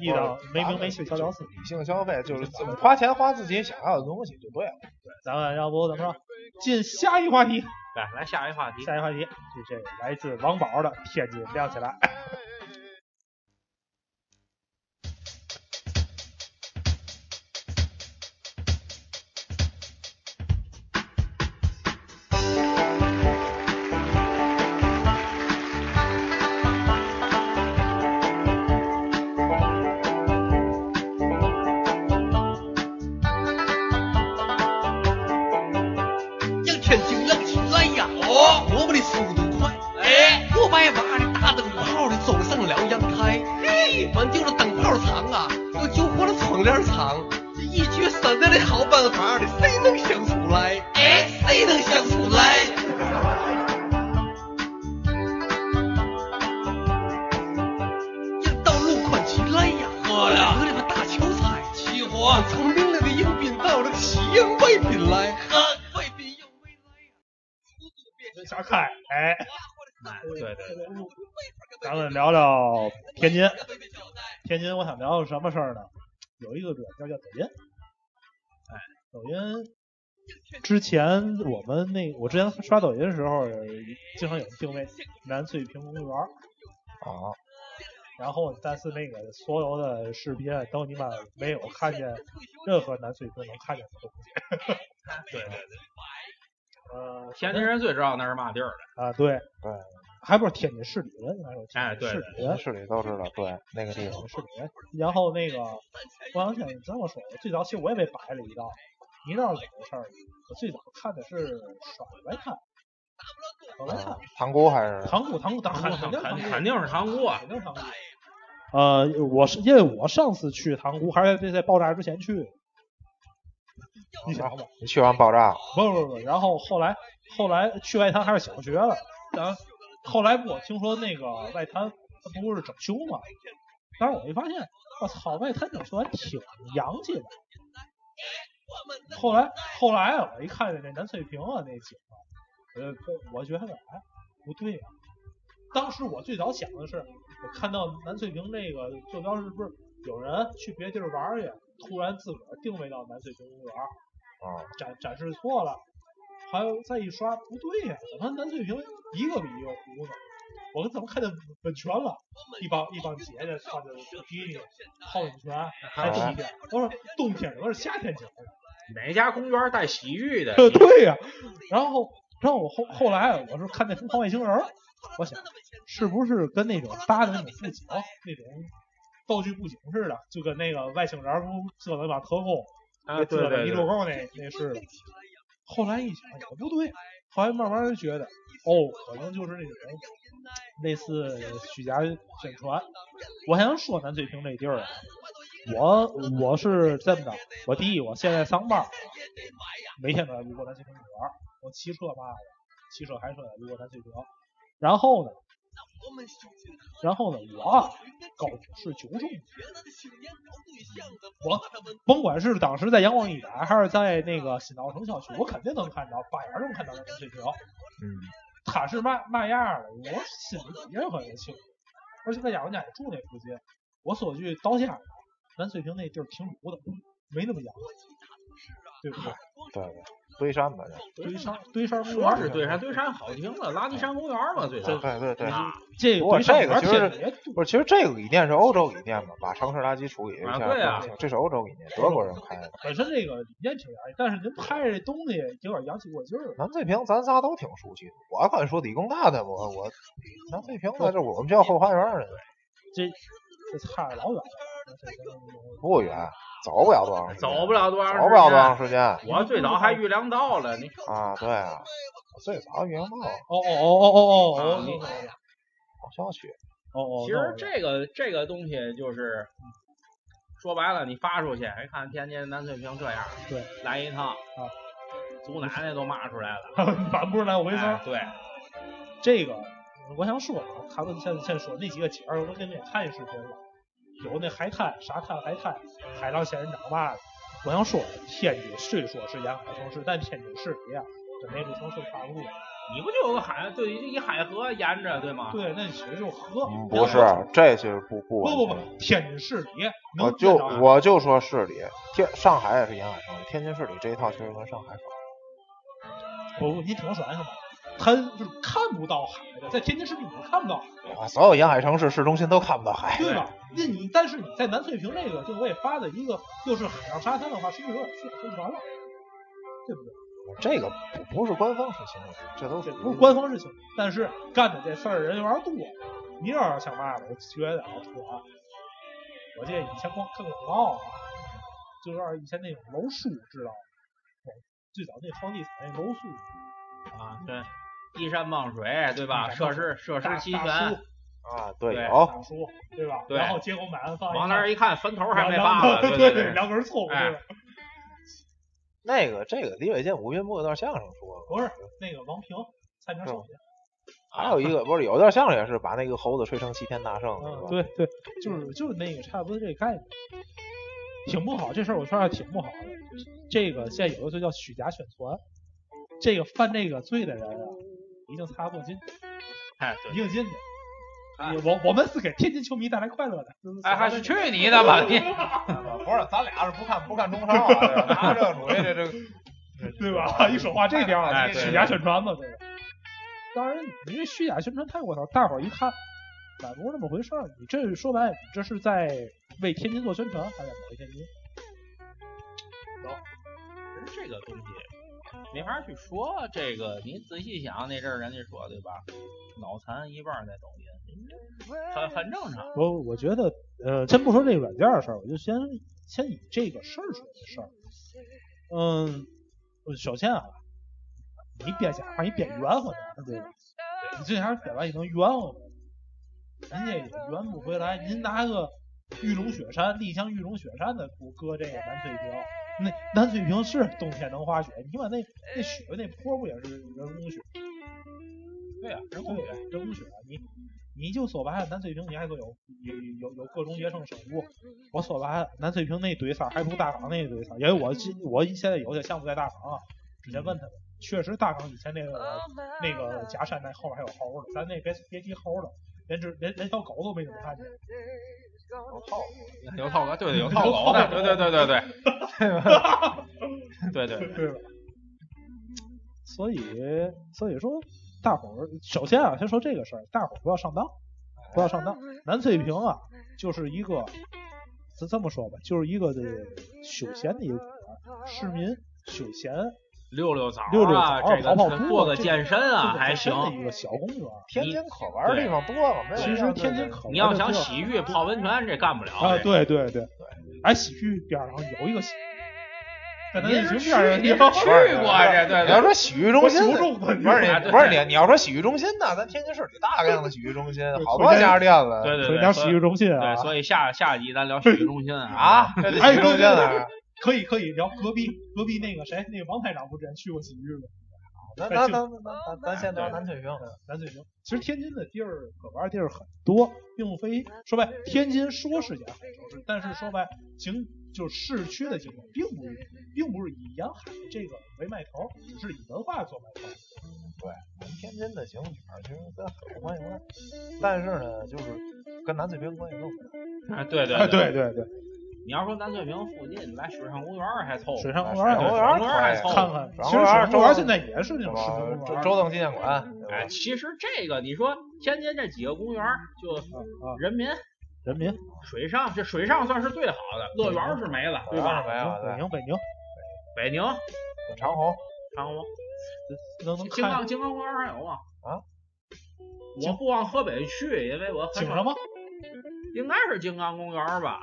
[SPEAKER 1] 一档没名没姓小屌丝。
[SPEAKER 2] 理性消费，就是自花钱花自己想要的东西就对了。
[SPEAKER 1] 咱们要不怎么着，进下一话题？
[SPEAKER 3] 来来下一话题，
[SPEAKER 1] 下一话题，这这个来自王宝的《天津亮起来》。
[SPEAKER 5] 让天津亮起来呀！哦，萝卜的速度快，哎，我白马的大灯泡的走上了阳台，嘿，挽救了灯泡厂啊，又救活了窗帘厂，这一绝三代的好办法的，谁能想出来？哎，谁能想出来？让道路宽起来呀！喝了，喝了个大球彩，起火，从明亮的迎宾到了喜迎贵宾来，喝贵宾迎未来呀！速度变
[SPEAKER 1] 小凯，哎，
[SPEAKER 3] 对对对，
[SPEAKER 1] 咱们聊聊天津。天津，我想聊什么事儿呢？有一个软件叫抖音，哎，抖音之前我们那我之前刷抖音的时候，经常有人定位南翠平公园儿，
[SPEAKER 2] 啊，
[SPEAKER 1] 然后但是那个所有的视频啊都你妈没有看见任何南翠平能看见的东西。
[SPEAKER 3] 对对对，
[SPEAKER 1] 呃，
[SPEAKER 3] 天津人最知道那是嘛地儿了，
[SPEAKER 1] 啊，对
[SPEAKER 2] 对，
[SPEAKER 1] 还不是天津市里人，还是
[SPEAKER 3] 哎
[SPEAKER 1] 天津
[SPEAKER 3] 对
[SPEAKER 1] 市
[SPEAKER 3] 对
[SPEAKER 1] 里人。
[SPEAKER 2] 市里都知道，对那个地
[SPEAKER 1] 天
[SPEAKER 2] 方
[SPEAKER 1] 津市里人，然后那个我两天这么说，最早其实我也被摆了一道，你知道是怎么回事儿吗？我最早看的是耍白菜，耍白
[SPEAKER 3] 哎
[SPEAKER 1] 菜，
[SPEAKER 2] 嗯塘沽还是
[SPEAKER 1] 塘沽，塘 沽，塘沽，
[SPEAKER 3] 肯
[SPEAKER 1] 定
[SPEAKER 3] 肯
[SPEAKER 1] 肯
[SPEAKER 3] 肯定是塘沽啊
[SPEAKER 1] 肯，定塘沽。呃，我是因为我上次去塘沽还是在在爆炸之前去的，你想吧，
[SPEAKER 2] 你去完爆炸？
[SPEAKER 1] 不不不，然后后来后来去外滩还是小学了，然后后来我听说那个外滩它不是整修嘛，但是我一发现，我操，外滩整修还挺洋气的。后来后来啊，我一看见那南翠屏啊那景啊，呃，我觉得哎不对呀、当时我最早想的是，我看到南翠屏那个坐标是不是有人去别地儿玩儿去，突然自个儿定位到南翠屏公园儿，
[SPEAKER 2] 啊，
[SPEAKER 1] 展展示错了，还有再一刷不对呀、怎么南翠屏一个比一个糊呢？我怎么看见温泉了？一帮一帮姐姐穿着比基尼泡温泉，
[SPEAKER 3] 啊
[SPEAKER 1] 还冬天，我说冬天怎么是夏天去？
[SPEAKER 3] 哪家公园带洗浴 的？
[SPEAKER 1] 呃， 对呀、然后然后我后后来我是看那疯狂外星人，我想是不是跟那种搭的那种布景那种道具布景似的，就跟那个外星人不折腾把特工
[SPEAKER 3] 啊，对
[SPEAKER 1] 折腾
[SPEAKER 3] 对
[SPEAKER 1] 一溜
[SPEAKER 3] 对，
[SPEAKER 1] 够那那是的。后来一想也不对，后来慢慢地觉得，哦，可能就是那种类似虚假宣传。我还想说南翠屏这地儿啊，我我是这么着，我第一我现在上班儿，每天都要路过南翠屏公园儿，我骑车嘛的，骑车开车也路过南翠屏。然后呢，然后呢，我啊高是九中的，我甭管是当时在阳光一百，还是在那个新稻城校区，我肯定能看着，八眼能看到南翠屏。
[SPEAKER 2] 嗯，
[SPEAKER 1] 他是嘛嘛样儿的，我心里比任何人清楚。而且在家我家也住那附近，我说句到家的，南翠屏那地儿挺堵的，没那么严。对不对？
[SPEAKER 2] 对对，堆山吧，
[SPEAKER 1] 堆山堆山公
[SPEAKER 3] 说
[SPEAKER 1] 园
[SPEAKER 3] 是对山，对山好听了，垃圾山公园嘛，最
[SPEAKER 2] 对
[SPEAKER 3] 早
[SPEAKER 2] 对对对。
[SPEAKER 3] 啊，
[SPEAKER 1] 这
[SPEAKER 2] 不过
[SPEAKER 1] 堆山
[SPEAKER 2] 这个
[SPEAKER 1] 公园
[SPEAKER 2] 其实
[SPEAKER 1] 简直
[SPEAKER 2] 不是，其实这个理念是欧洲理念嘛，把城市垃圾处理一下
[SPEAKER 3] 啊对啊
[SPEAKER 2] 分清这是欧洲理念，德国人开的。
[SPEAKER 1] 本身这个理念挺洋气，但是您拍这东西有点洋气过劲儿了。
[SPEAKER 2] 南翠屏咱仨都挺熟悉的，我敢说理工大的，我我南翠屏在这我们学校后花园儿呢，
[SPEAKER 1] 这这差老远了，这
[SPEAKER 2] 不远，走不了多长时间，
[SPEAKER 3] 走不了多长时间，
[SPEAKER 2] 走不了多长时间啊！
[SPEAKER 3] 我最早还遇梁道了，你
[SPEAKER 2] 对啊，我最早原貌
[SPEAKER 1] 哦哦哦哦哦哦
[SPEAKER 3] 啊
[SPEAKER 1] 哦
[SPEAKER 3] 你
[SPEAKER 2] 好消息，
[SPEAKER 1] 哦哦，
[SPEAKER 3] 其实这个这个东西就是说白了，你发出去，一看天津南翠屏这样，
[SPEAKER 1] 对，
[SPEAKER 3] 来一趟，啊，祖奶奶都骂出来了，
[SPEAKER 1] 反不是来我回
[SPEAKER 3] 哎
[SPEAKER 1] 村。
[SPEAKER 3] 对，
[SPEAKER 1] 这个我想说啊，他们现在现在说那几个景儿，我给你也看一视频了，有那海滩、沙滩、海滩、海浪仙人掌嘛的。我想说，天津虽说是沿海城市，但天津市里啊，跟内陆城市差不多。
[SPEAKER 3] 你不就有个海，对，就一海河沿着，对吗？
[SPEAKER 1] 对，那其实就是河。
[SPEAKER 2] 嗯不是，这是不不
[SPEAKER 1] 不
[SPEAKER 2] 完
[SPEAKER 1] 不
[SPEAKER 2] 全
[SPEAKER 1] 不，天啊津市里
[SPEAKER 2] 我
[SPEAKER 1] 能
[SPEAKER 2] 就
[SPEAKER 1] 见着
[SPEAKER 2] 我就说市里，天上海也是沿海城市，天津市里这一套其实跟上海少。
[SPEAKER 1] 不不，你听我说完是吧？他就是看不到海的，在天津市里你看不到海，
[SPEAKER 2] 啊所有沿海城市市中心都看不到海。
[SPEAKER 1] 对吧？那你但是你在南翠屏这个，就我也发的一个，又是海上沙滩的话，是不是有点自宣传了？对不对？
[SPEAKER 2] 这个不不是官方事情，这都
[SPEAKER 1] 这
[SPEAKER 2] 是
[SPEAKER 1] 不是官方事情，但是干的这事儿人有点多。你要是想嘛我觉得啊，说啊，我这以前光看广告啊，就是以前那种楼书，知道吗？哦最早那房地产那楼书，
[SPEAKER 3] 啊，对，依山傍水，对吧？
[SPEAKER 1] 依山
[SPEAKER 3] 设
[SPEAKER 1] 傍水
[SPEAKER 3] 施设施
[SPEAKER 1] 大
[SPEAKER 3] 齐
[SPEAKER 1] 大
[SPEAKER 3] 全
[SPEAKER 1] 叔，
[SPEAKER 2] 啊，对
[SPEAKER 3] 对
[SPEAKER 2] 有
[SPEAKER 1] 大叔，对吧？
[SPEAKER 3] 对
[SPEAKER 1] 然后结果买完房
[SPEAKER 3] 往那儿一看，坟头
[SPEAKER 1] 头
[SPEAKER 3] 还没 扒了，对
[SPEAKER 1] 对
[SPEAKER 3] 对，
[SPEAKER 1] 两根葱，
[SPEAKER 3] 哎
[SPEAKER 1] 对吧？
[SPEAKER 2] 那个这个李伟健、吴云木有段相声说过，
[SPEAKER 1] 不是那个王平，蔡
[SPEAKER 3] 嗯
[SPEAKER 1] 明手下，
[SPEAKER 3] 啊
[SPEAKER 2] 还有一 个不是有段相声也是把那个猴子吹成齐天大圣，是
[SPEAKER 1] 嗯，
[SPEAKER 2] 吧？
[SPEAKER 1] 对对，就是就是那个差不多这个概念，挺不好，这事儿我觉得挺不好的。这个现在有个就叫虚假宣传，这个犯这个罪的人啊，已经擦不进，
[SPEAKER 3] 哎，
[SPEAKER 1] 已
[SPEAKER 3] 对，
[SPEAKER 1] 经进去。
[SPEAKER 3] 哎
[SPEAKER 1] 我我们是给天津球迷带来快乐的，
[SPEAKER 3] 哎，还是去你的吧，你
[SPEAKER 2] 不是，咱俩是不看不看中超啊，拿这属于这这
[SPEAKER 1] 对吧？一说话这调
[SPEAKER 3] 哎
[SPEAKER 1] 儿，
[SPEAKER 3] 对
[SPEAKER 1] 虚假宣传嘛，对吧？当然，你这虚假宣传太过头，大伙儿一看，哪不是那么回事儿？你这说白，了，你这是在为天津做宣传，还是抹黑天津？
[SPEAKER 3] 这个东西没法去说。这个你仔细想，那阵儿人家说对吧？脑残一半儿在抖音，很很正常。
[SPEAKER 1] 我我觉得，呃，先不说这个软件的事儿，我就先先以这个事儿说这事儿。嗯，首先啊，你编瞎话，你编圆乎点儿，对吧？你最起码编完也能圆乎点儿。人家也圆不回来，您拿个玉龙雪山、丽江玉龙雪山的图搁这个南翠屏，那南翠屏是冬天能滑雪，你把那那雪那坡不也是人工雪？
[SPEAKER 3] 对啊，人
[SPEAKER 1] 人工
[SPEAKER 3] 工学
[SPEAKER 1] 雪，人工雪，你你就说白了，南翠屏你还说有有有有各种野生生物，我说白了，南翠屏那堆山还不如大港那堆山，因为我记我现在有些项目在大港啊，直接问他们，确实大港以前那个那
[SPEAKER 5] 哦
[SPEAKER 1] 个假山那后面还有猴呢，咱那别别提猴了，连只连连小狗都没怎么看见。
[SPEAKER 3] 有套哥，对对，有套狗的，对对对对对， 对对对，
[SPEAKER 1] 对吧？所以，所以说，大伙儿首先啊，先说这个事儿，大伙儿不要上当，不要上当。南翠屏啊，就是一个，咱这么说吧，就是一个这个休闲的一个地方市民休闲
[SPEAKER 3] 溜溜枣
[SPEAKER 1] 溜溜枣
[SPEAKER 3] 啊，
[SPEAKER 1] 啊跑
[SPEAKER 3] 这
[SPEAKER 1] 跑
[SPEAKER 3] 个
[SPEAKER 1] 步
[SPEAKER 3] 做
[SPEAKER 1] 啊
[SPEAKER 3] 个
[SPEAKER 1] 这
[SPEAKER 3] 健身啊，
[SPEAKER 1] 这个
[SPEAKER 3] 还
[SPEAKER 1] 健身
[SPEAKER 3] 行。
[SPEAKER 1] 的一个小公园。
[SPEAKER 2] 天津可玩的地方多了。没有
[SPEAKER 1] 其
[SPEAKER 2] 这
[SPEAKER 1] 实
[SPEAKER 2] 样
[SPEAKER 1] 天
[SPEAKER 2] 对
[SPEAKER 1] 津
[SPEAKER 2] 对
[SPEAKER 1] 可
[SPEAKER 3] 啊你要
[SPEAKER 1] 玩的
[SPEAKER 3] 想
[SPEAKER 1] 地方
[SPEAKER 3] 洗浴泡温泉，这干不了。
[SPEAKER 1] 啊，
[SPEAKER 3] 这
[SPEAKER 1] 对对对对，哎，洗浴边儿上有一个洗，在咱
[SPEAKER 3] 您
[SPEAKER 1] 那
[SPEAKER 3] 是
[SPEAKER 1] 群
[SPEAKER 3] 去
[SPEAKER 1] 边儿上
[SPEAKER 3] 您是
[SPEAKER 1] 有
[SPEAKER 3] 去过这，对
[SPEAKER 2] 你要
[SPEAKER 3] 对。
[SPEAKER 2] 说洗浴中心，
[SPEAKER 1] 我求助
[SPEAKER 2] 不是
[SPEAKER 3] 啊
[SPEAKER 2] 你，
[SPEAKER 3] 对
[SPEAKER 2] 不是你，你要说洗浴中心呢，咱天津市里大量的洗浴中心，好多家店了。
[SPEAKER 3] 对对
[SPEAKER 1] 水
[SPEAKER 3] 对，
[SPEAKER 1] 鸟
[SPEAKER 3] 所
[SPEAKER 1] 洗
[SPEAKER 3] 以
[SPEAKER 1] 浴中心啊
[SPEAKER 3] 对，，所以下下一集咱聊洗浴中心啊
[SPEAKER 2] 啊，这洗浴中心啊，
[SPEAKER 1] 可以可以聊隔壁隔壁那个谁，那个王台长不之前去过洗浴吗？
[SPEAKER 2] 咱咱咱咱咱咱先聊南翠屏。
[SPEAKER 1] 南翠屏。其实天津的地儿可玩的地儿很多，并非说白，天津说是沿海城市，但是说白，景就是市区的景点，并不是并不是以沿海这个为卖头，只是以文化做卖头。
[SPEAKER 2] 天津的景点儿其实跟海关系不大，但是呢，就是跟南翠屏关系更大。
[SPEAKER 3] 啊对对
[SPEAKER 1] 对对对，
[SPEAKER 3] 你要说咱最名附近，来水上公园儿还凑合。
[SPEAKER 1] 水上公园
[SPEAKER 2] 水
[SPEAKER 1] 儿
[SPEAKER 2] 上
[SPEAKER 1] 有
[SPEAKER 2] 啊公
[SPEAKER 1] 点儿
[SPEAKER 2] 园儿
[SPEAKER 3] 公园儿还
[SPEAKER 2] 可以
[SPEAKER 3] 凑合
[SPEAKER 1] 看看。
[SPEAKER 2] 水
[SPEAKER 1] 其
[SPEAKER 2] 上
[SPEAKER 1] 实水
[SPEAKER 2] 公园
[SPEAKER 1] 上公园儿
[SPEAKER 2] 儿周
[SPEAKER 1] 现在也是那
[SPEAKER 2] 什
[SPEAKER 1] 种视
[SPEAKER 2] 么
[SPEAKER 1] 频
[SPEAKER 2] 周
[SPEAKER 1] 公园啊
[SPEAKER 2] 周邓纪念馆，
[SPEAKER 3] 哎，其实这个你说天津这几个公园儿，就
[SPEAKER 1] 啊，
[SPEAKER 3] 人民
[SPEAKER 1] 人民
[SPEAKER 3] 水上，这水上算是最好的，乐园儿是没了，对吧？
[SPEAKER 2] 没有
[SPEAKER 1] 北
[SPEAKER 2] 对，
[SPEAKER 1] 宁北宁
[SPEAKER 3] 北宁、
[SPEAKER 2] 长虹
[SPEAKER 3] 长隆、
[SPEAKER 1] 能能
[SPEAKER 3] 京
[SPEAKER 1] 看
[SPEAKER 3] 港、京港公园儿还有吗？
[SPEAKER 2] 啊？
[SPEAKER 3] 我不往河北去，因为我很
[SPEAKER 1] 请
[SPEAKER 3] 少
[SPEAKER 1] 什么？
[SPEAKER 3] 应该是京港公园儿吧，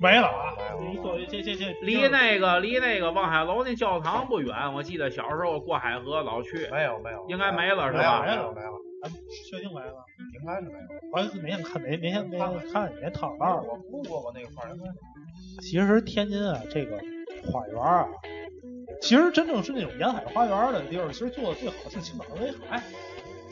[SPEAKER 1] 没了啊
[SPEAKER 2] 没！有
[SPEAKER 1] 你走这这这
[SPEAKER 3] 离那个离那个望海楼那教堂不远。我记得小时候我过海河老去，
[SPEAKER 2] 没有没有，
[SPEAKER 3] 应该没了是
[SPEAKER 2] 没有
[SPEAKER 3] 吧？
[SPEAKER 2] 没有没有，
[SPEAKER 1] 咱们确定没了。
[SPEAKER 2] 应该是没有。
[SPEAKER 1] 完哪天看哪哪天哪天看哪天趟道儿。
[SPEAKER 2] 我路过过那块儿，应该是
[SPEAKER 1] 其实天津啊，这个花园儿啊，其实真正是那种沿海花园儿的地儿，其实做的最好的是青岛威海。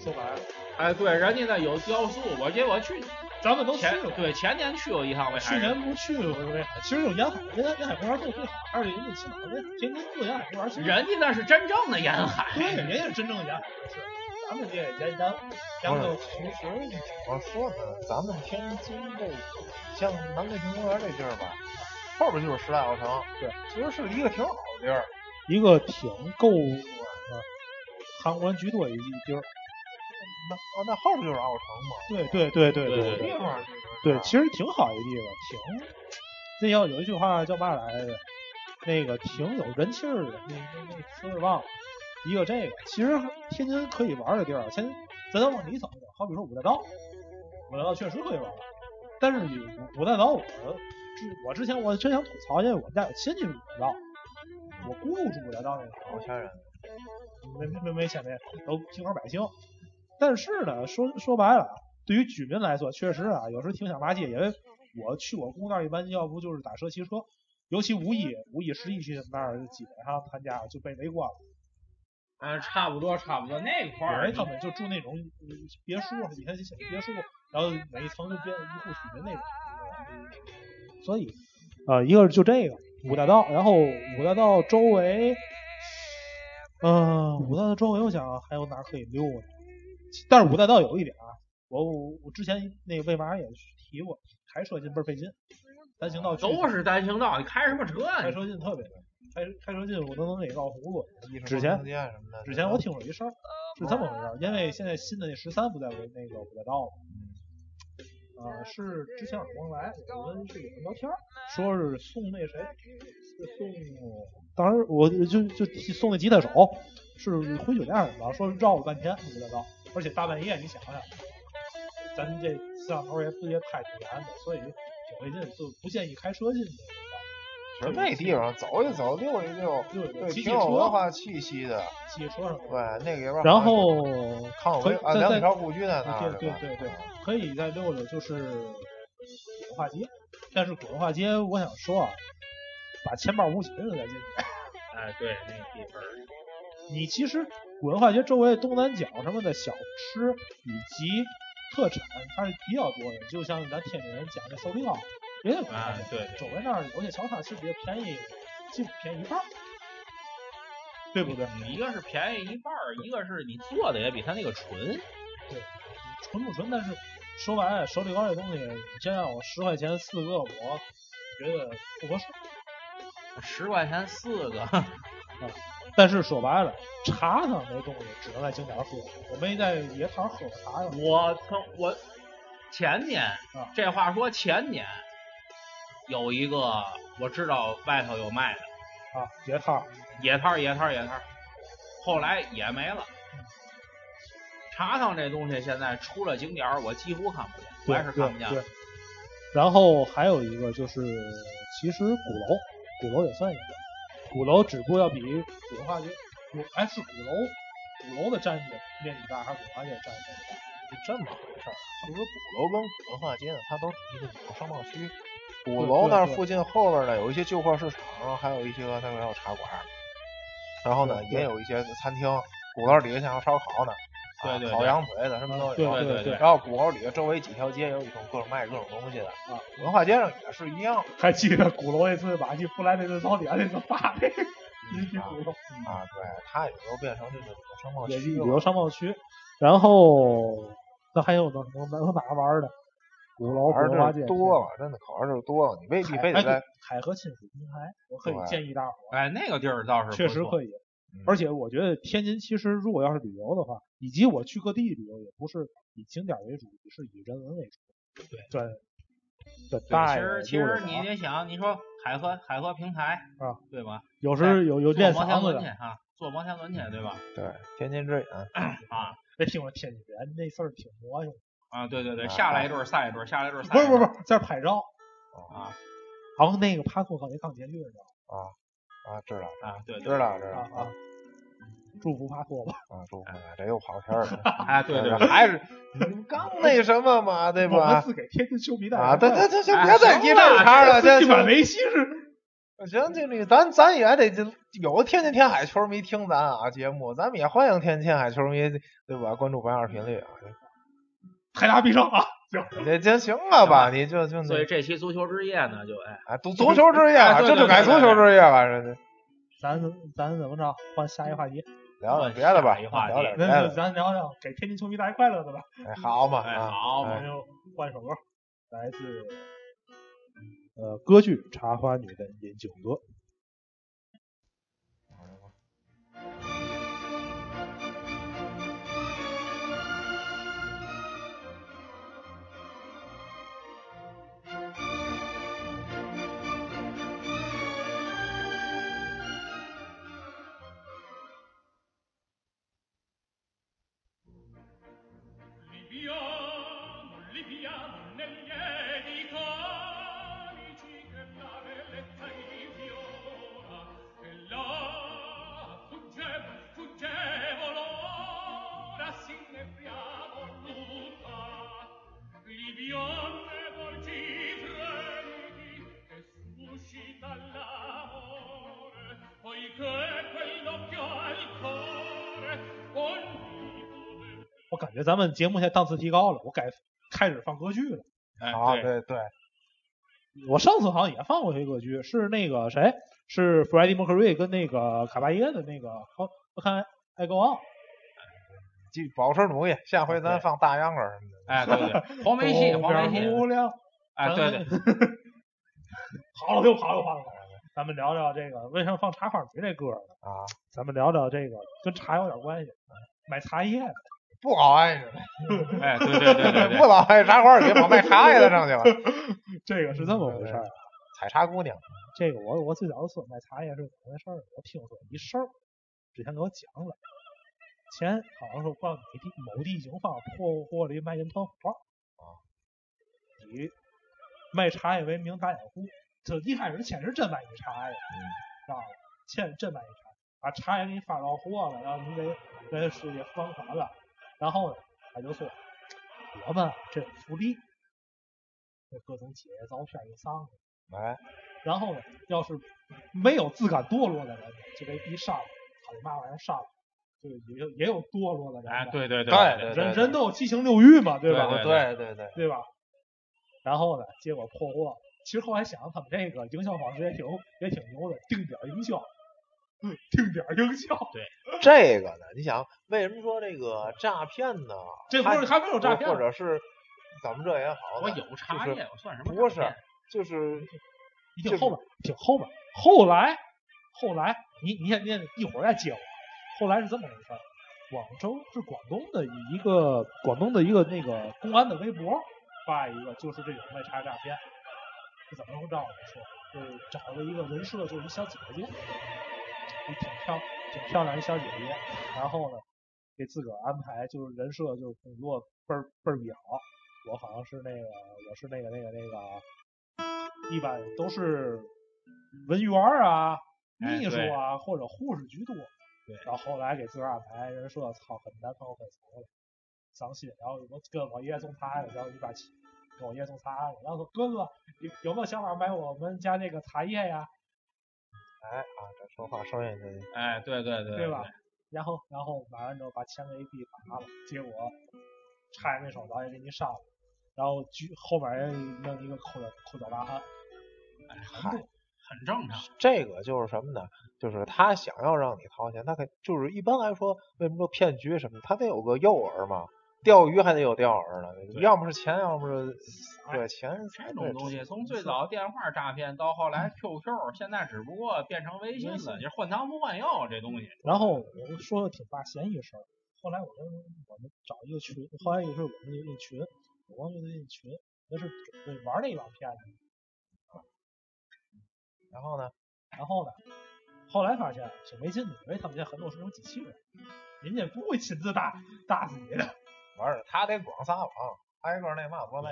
[SPEAKER 1] 说白了，
[SPEAKER 3] 哎，对，人家那有雕塑，我记得我去
[SPEAKER 1] 咱们都去
[SPEAKER 3] 前
[SPEAKER 1] 过，
[SPEAKER 3] 对前年去过一趟威海
[SPEAKER 1] 去
[SPEAKER 3] 市，
[SPEAKER 1] 年不去过威海。其实有沿海沿沿海公园做的最好，还是人家青岛威海。天津做沿海公园，其实
[SPEAKER 3] 人家那是真正的沿海。
[SPEAKER 1] 对，人家是真正的沿海城市，咱们这沿沿沿
[SPEAKER 2] 不
[SPEAKER 1] 个
[SPEAKER 2] 是，其实我说呢，咱们天津这像南北平公园这地儿吧，后边就是时代奥城，
[SPEAKER 1] 嗯对，
[SPEAKER 2] 其实是一个挺好的地儿。
[SPEAKER 1] 一个挺够呃韩国人居多一地儿。
[SPEAKER 2] 那哦，那后边就是奥城嘛，
[SPEAKER 1] 对对对对
[SPEAKER 3] 对
[SPEAKER 1] 对
[SPEAKER 2] 地方啊
[SPEAKER 1] 对，其实挺好一地方，挺那要有一句话叫嘛来着？那个挺有人气儿的，那那那词儿忘了。一个这个，其实天津可以玩的地儿，啊先咱再往里走一走，好比说五大道，五大道确实可以玩，但是你五大道我之我之前我真想吐槽，因为我们家有亲戚住五大道，我姑父住五大道那个时候
[SPEAKER 2] 有，钱人，
[SPEAKER 1] 没没没没钱没，都平头百姓。但是呢，说说白了啊，对于居民来说，确实啊，有时候挺想骂街，因为我去我姑那儿，一般要不就是打车骑车，尤其五一、五一、十一去那儿，基本上他家就被围观了，
[SPEAKER 3] 啊，差不多差不多那块
[SPEAKER 1] 因
[SPEAKER 3] 儿
[SPEAKER 1] 为，他们就住那种嗯别墅，以前小别墅，然后每一层就变一户居民那种。所以，呃，一个是就这个五大道，然后五大道周围，嗯、五大道周围我想还有哪儿可以溜呢？但是五大道有一点啊，我我我之前那个为嘛也提过，开车进倍儿费劲，单行道去
[SPEAKER 3] 都是单行道，你开什么车
[SPEAKER 1] 开
[SPEAKER 3] 呀？
[SPEAKER 1] 车进特别难，开开车进我都能给绕轱辘。
[SPEAKER 2] 艺术
[SPEAKER 1] 之前
[SPEAKER 2] 空间什么的。
[SPEAKER 1] 之前我听说一事儿，是这么回事儿，因为现在新的那十三不在我那个五大道吗？啊，是之前耳光来，我们是有人聊天儿，说是送那谁，是送，当时我就就提送那吉他手，是回酒店儿吧，说绕了半天五大道，而且大半夜，你想想，咱这摄像头也不也太挺严的，所以挺费劲，就不建议开车进去。
[SPEAKER 2] 其实那地方走一走，溜一溜，
[SPEAKER 1] 对
[SPEAKER 2] 对，
[SPEAKER 1] 骑
[SPEAKER 2] 挺
[SPEAKER 1] 骑
[SPEAKER 2] 有文
[SPEAKER 1] 车，
[SPEAKER 2] 化气息的。
[SPEAKER 1] 骑车上。
[SPEAKER 2] 对，那个里边
[SPEAKER 1] 然后
[SPEAKER 2] 康有
[SPEAKER 1] 可
[SPEAKER 2] 为
[SPEAKER 1] 以
[SPEAKER 2] 啊，
[SPEAKER 1] 再
[SPEAKER 2] 两
[SPEAKER 1] 再
[SPEAKER 2] 条故居在那啊儿，
[SPEAKER 1] 对对
[SPEAKER 2] 吧？
[SPEAKER 1] 对对，可以再溜溜，就是古化街。但是古化街，我想说啊，把钱包捂紧了再进去。
[SPEAKER 3] 哎，对，那个地方儿，
[SPEAKER 1] 你其实古化街周围东南角什么的小吃以及特产还是比较多的，就像咱天津人讲的烧料，人家古化街、
[SPEAKER 3] 哎对对
[SPEAKER 1] 周围那儿有些小摊其实也便宜，基本便宜一半儿，对不对？
[SPEAKER 3] 一个是便宜一半儿，一个是你做的也比他那个纯。
[SPEAKER 1] 纯不纯，但是说白了，手里边这东西，你真让我十块钱四个，我觉得不合适。
[SPEAKER 3] 十块钱四个，
[SPEAKER 1] 但是说白了，茶上那东西只能在景点儿喝，我没在野摊儿喝过茶呀。
[SPEAKER 3] 我曾我前年
[SPEAKER 1] 啊，
[SPEAKER 3] 这话说前年有一个我知道外头有卖的
[SPEAKER 1] 啊，野摊儿
[SPEAKER 3] 野摊儿，野摊儿，野摊儿，后来也没了。茶汤这东西现在出了景点儿，我几乎看不见，我
[SPEAKER 1] 对
[SPEAKER 3] 还是
[SPEAKER 1] 对
[SPEAKER 3] 看不见。
[SPEAKER 1] 对。然后还有一个就是，其实鼓楼，鼓楼也算一个，鼓楼只不过要比古文化街，古哎是鼓楼，鼓楼的占地面积大，还是古文化街的占地面积大？
[SPEAKER 2] 是这么回事儿。其实鼓楼跟古文化街呢，它都是一个古商贸区。鼓楼那儿附近后边呢，有一些旧货市场，还有一些那个还有茶馆，然后呢，
[SPEAKER 1] 对对
[SPEAKER 2] 也有一些餐厅。鼓楼底下像有烧烤呢，
[SPEAKER 3] 对
[SPEAKER 2] 啊
[SPEAKER 3] 对对
[SPEAKER 2] 烤羊腿的什么都有。
[SPEAKER 1] 啊
[SPEAKER 2] 啊
[SPEAKER 1] 对
[SPEAKER 3] 对
[SPEAKER 1] 对
[SPEAKER 3] 对
[SPEAKER 2] 然后鼓楼里头周围几条街也有一种各种卖各种东西的，
[SPEAKER 1] 啊，
[SPEAKER 2] 文化街上也是一样
[SPEAKER 1] 还记得鼓楼那次马戏布莱那顿早点那次发 那个，一去鼓楼。
[SPEAKER 2] 的啊。对，它也都变成这个旅游商贸
[SPEAKER 1] 嗯也是
[SPEAKER 2] 区
[SPEAKER 1] 旅
[SPEAKER 2] 了。
[SPEAKER 1] 游商贸区。然后那还有呢，我们我哪玩儿的？古老
[SPEAKER 2] 而
[SPEAKER 1] 火花界
[SPEAKER 2] 这多了，真的口儿是多了，你未必非得在
[SPEAKER 1] 海河亲属平台，我可以
[SPEAKER 2] 对
[SPEAKER 1] 建议大伙儿，
[SPEAKER 3] 哎，那个地儿倒是
[SPEAKER 1] 确实
[SPEAKER 3] 以。
[SPEAKER 1] 可以
[SPEAKER 2] 嗯。
[SPEAKER 1] 而且我觉得天津其实如果要是旅游的话，以及我去各地旅游，也不是以景点为主，是以人文为主。对对，
[SPEAKER 3] 对
[SPEAKER 1] 大爷
[SPEAKER 3] 其实其
[SPEAKER 1] 溜达
[SPEAKER 3] 实
[SPEAKER 1] 啥
[SPEAKER 3] 你得想，你说海河海河平台
[SPEAKER 1] 啊，
[SPEAKER 3] 对吧？
[SPEAKER 1] 有时有有
[SPEAKER 3] 坐
[SPEAKER 1] 练
[SPEAKER 3] 摩天
[SPEAKER 1] 嗓子
[SPEAKER 3] 轮去
[SPEAKER 1] 的，嗯
[SPEAKER 3] 啊，坐摩天轮去，对吧？
[SPEAKER 2] 嗯对天津之眼，
[SPEAKER 3] 啊
[SPEAKER 1] 别听我天津人那事儿挺魔性的。
[SPEAKER 3] 啊，对对对，
[SPEAKER 2] 啊
[SPEAKER 3] 下来一对儿赛一对儿，下来一对儿赛。
[SPEAKER 1] 不是不是不，是，在这儿拍照。
[SPEAKER 3] 啊
[SPEAKER 1] 然后那个帕托克雷抗结局的时候
[SPEAKER 2] 啊，知道
[SPEAKER 3] 啊，对对
[SPEAKER 2] 知道知
[SPEAKER 1] 啊
[SPEAKER 2] 道
[SPEAKER 1] 啊，祝福帕托吧。
[SPEAKER 2] 啊，祝福你，这又跑题儿了，
[SPEAKER 3] 哎，对对，
[SPEAKER 2] 还是 你刚那什么嘛，对
[SPEAKER 1] 我们
[SPEAKER 2] 吧？
[SPEAKER 1] 是给天津球迷带来
[SPEAKER 2] 啊，对
[SPEAKER 1] 的
[SPEAKER 2] 对对，行，
[SPEAKER 3] 哎
[SPEAKER 2] 别再提这
[SPEAKER 3] 行
[SPEAKER 2] 茬了，这
[SPEAKER 1] 最起码
[SPEAKER 2] 这
[SPEAKER 1] 梅西是
[SPEAKER 2] 行，经理，咱咱也得这有天津天海球迷听咱啊节目，咱们也欢迎天津天海球迷，对吧？关注白号频率啊，
[SPEAKER 1] 海大必胜啊！
[SPEAKER 2] 这这行了吧？你就就
[SPEAKER 3] 所以这期足球之夜呢，就哎，
[SPEAKER 2] 啊，足足球之夜了，
[SPEAKER 3] 哎对
[SPEAKER 2] 这就
[SPEAKER 3] 对
[SPEAKER 2] 改足
[SPEAKER 3] 对
[SPEAKER 2] 球
[SPEAKER 3] 对
[SPEAKER 2] 之夜了，这这
[SPEAKER 1] 咱咱怎么着？换下一话题，
[SPEAKER 2] 聊聊别的吧，
[SPEAKER 3] 下一话题
[SPEAKER 2] 聊点别
[SPEAKER 1] 咱
[SPEAKER 2] 的，
[SPEAKER 1] 咱聊聊给天津球迷带来快乐的吧。
[SPEAKER 2] 哎，好嘛，
[SPEAKER 3] 哎
[SPEAKER 2] 啊
[SPEAKER 3] 好嘛
[SPEAKER 1] 咱
[SPEAKER 2] 哎
[SPEAKER 1] 就换首歌，来自呃歌剧《茶花女的饮酒歌》。
[SPEAKER 6] Liviamo, liviamo nel miei calici che la bellezza infiora e là fuggevo, fuggevo l'ora si inebbriamo tutta Livione volgi fremiti che suscita l'amore poiché quell'occhio al cuore ogni dove
[SPEAKER 1] 我感觉咱们节目现在档次提高了，我改开始放歌剧了。
[SPEAKER 3] 哎
[SPEAKER 2] 好，
[SPEAKER 3] 对
[SPEAKER 2] 对对，
[SPEAKER 1] 我上次好像也放过一个歌剧，是那个谁，是 Freddie Mercury 跟那个卡巴耶的那个《好，我看爱 Go On》。
[SPEAKER 2] 继保持努力，下回咱
[SPEAKER 1] 对
[SPEAKER 2] 放大秧歌什么的。
[SPEAKER 3] 哎对对，黄梅
[SPEAKER 1] 哦
[SPEAKER 3] 戏，黄梅戏，
[SPEAKER 1] 无聊。
[SPEAKER 3] 哎对对，
[SPEAKER 1] 好了，又跑又跑了。咱们聊聊这个为什么放茶花女这歌呢？
[SPEAKER 2] 啊，
[SPEAKER 1] 咱们聊聊这个跟茶有点关系，买茶叶的。
[SPEAKER 2] 不搞挨着，
[SPEAKER 3] 哎对对对
[SPEAKER 2] 不
[SPEAKER 3] 对对，
[SPEAKER 2] 老挨着茶花儿，别跑卖茶叶的上去 了，
[SPEAKER 1] 这个是这么回事儿。
[SPEAKER 2] 采茶姑娘
[SPEAKER 1] 这个我我最早说买茶叶是怎么回事儿？我听说一事儿，之前给我讲了，前好像是不知道哪地某地警方破获了一卖淫团伙
[SPEAKER 2] 啊，
[SPEAKER 1] 以卖茶叶为名打掩护，这一开始先是真卖你茶叶，知道吧？先真卖你茶，把茶叶给你发到货了，然后你给人事业还款了，然后呢，他就说我们啊这有福利，这各种姐姐照片一上。
[SPEAKER 2] 来，
[SPEAKER 1] 然后呢，要是没有自甘堕落的人呢，就给一杀了，他就嘛玩意儿杀了，就也有也有堕落的人
[SPEAKER 3] 哎
[SPEAKER 1] 的，
[SPEAKER 3] 对对
[SPEAKER 2] 对
[SPEAKER 3] 对
[SPEAKER 1] 人
[SPEAKER 2] 对
[SPEAKER 1] 人都有七情六欲嘛，对吧？
[SPEAKER 3] 哦
[SPEAKER 2] 对
[SPEAKER 3] 对
[SPEAKER 2] 对对，
[SPEAKER 1] 对吧？然后呢，结果破获。其实后来想，他们这个营销方式也挺也挺牛的，定点营销，嗯，定点营销，
[SPEAKER 2] 这个呢，你想为什么说这个诈骗呢？
[SPEAKER 1] 这不是还没有诈骗
[SPEAKER 2] 或
[SPEAKER 1] 呢，
[SPEAKER 2] 者是怎么着也好呢，
[SPEAKER 3] 我有茶叶，我算什么？
[SPEAKER 2] 不是就是
[SPEAKER 1] 你挺后边，挺后边。后来，后来，你你先你先一会儿再接我。后来是这么回事儿，广州是广东的一个广东的一个那个公安的微博发一个，就是这种卖茶诈骗，是怎么着让我说？就是找了一个人设，就是一小姐姐，一挺漂挺漂亮一小姐姐，然后呢，给自个儿安排就是人设就是工作倍儿倍儿比好，我好像是那个我是那个那个那个一般都是文员儿啊、
[SPEAKER 3] 哎
[SPEAKER 1] 秘书
[SPEAKER 3] 对
[SPEAKER 1] 啊、或者护士居多。
[SPEAKER 3] 对
[SPEAKER 1] 到后来给自个儿安排人设，操，很难看，我分手了，伤心。然后我跟我爷爷种茶叶，然后一把起，跟我爷爷种茶叶，然后说哥哥有有没有想法买我们家那个茶叶呀？
[SPEAKER 2] 哎啊，这说话声音就
[SPEAKER 3] 哎对对对
[SPEAKER 1] 对吧？？然后然后买完之后把钱给一递罚了，结果差点没手导也给你杀了，然后居后面人弄一个抠脚抠脚大汉，
[SPEAKER 3] 很正常，
[SPEAKER 2] 这个就是什么呢？就是他想要让你掏钱，他肯就是一般来说，为什么说骗局什么的，他得有个诱饵嘛。钓鱼还得有钓饵呢，
[SPEAKER 3] 对
[SPEAKER 2] 要么是钱，要么是
[SPEAKER 3] 哎
[SPEAKER 2] 对钱
[SPEAKER 3] 这种东西，从最早电话诈骗到后来 QQ，现在只不过变成微信了，就是换汤不换药这东西。
[SPEAKER 1] 然后我说挺大嫌疑事儿，后来我跟我们找一个群，后来就是我们有一群，我光就那一群，那是准备玩那一帮骗子。
[SPEAKER 2] 然后呢，
[SPEAKER 1] 然后呢，后来发现挺没劲的，因为他们家很多是那种机器人，人家不会亲自打打死你的。
[SPEAKER 2] 完事他得光撒网，挨个儿那嘛多累。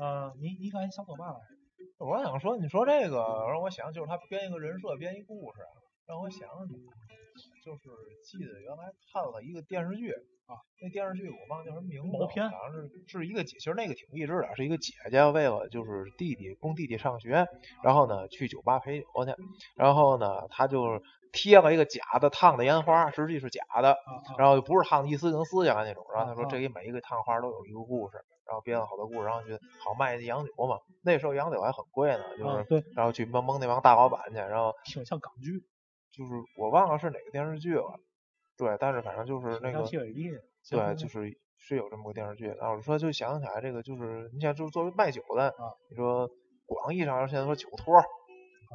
[SPEAKER 1] 呃，你你刚才想说嘛来着？
[SPEAKER 2] 我想说，你说这个，然后我想就是他编一个人设，编一故事，啊让我想起来，就是记得原来看了一个电视剧啊，那电视剧我忘叫什么名字
[SPEAKER 1] 毛
[SPEAKER 2] 了，
[SPEAKER 1] 片
[SPEAKER 2] 好像是是一个姐，其实那个挺励志的，是一个姐姐为了就是弟弟供弟弟上学，然后呢去酒吧陪酒去，然后呢她就贴了一个假的烫的烟花，实际是假的，
[SPEAKER 1] 啊啊
[SPEAKER 2] 然后不是烫一丝能撕下来那种。然后他
[SPEAKER 1] 啊
[SPEAKER 2] 说，这里每一个烫花都有一个故事，然后编了好多故事，然后去好卖那洋酒嘛。那时候洋酒还很贵呢，就
[SPEAKER 1] 啊
[SPEAKER 2] 是，
[SPEAKER 1] 对，
[SPEAKER 2] 然后去蒙蒙那帮大老板去，然后
[SPEAKER 1] 挺像港剧，
[SPEAKER 2] 就是我忘了是哪个电视剧了，对，但是反正就是那
[SPEAKER 1] 挺像
[SPEAKER 2] 个
[SPEAKER 1] TVB 的。
[SPEAKER 2] 对，就是是是有这么个电视剧。啊然后我说就想起来这个，就是你想就是作为卖酒的，
[SPEAKER 1] 啊
[SPEAKER 2] 你说广义上现在说酒托儿。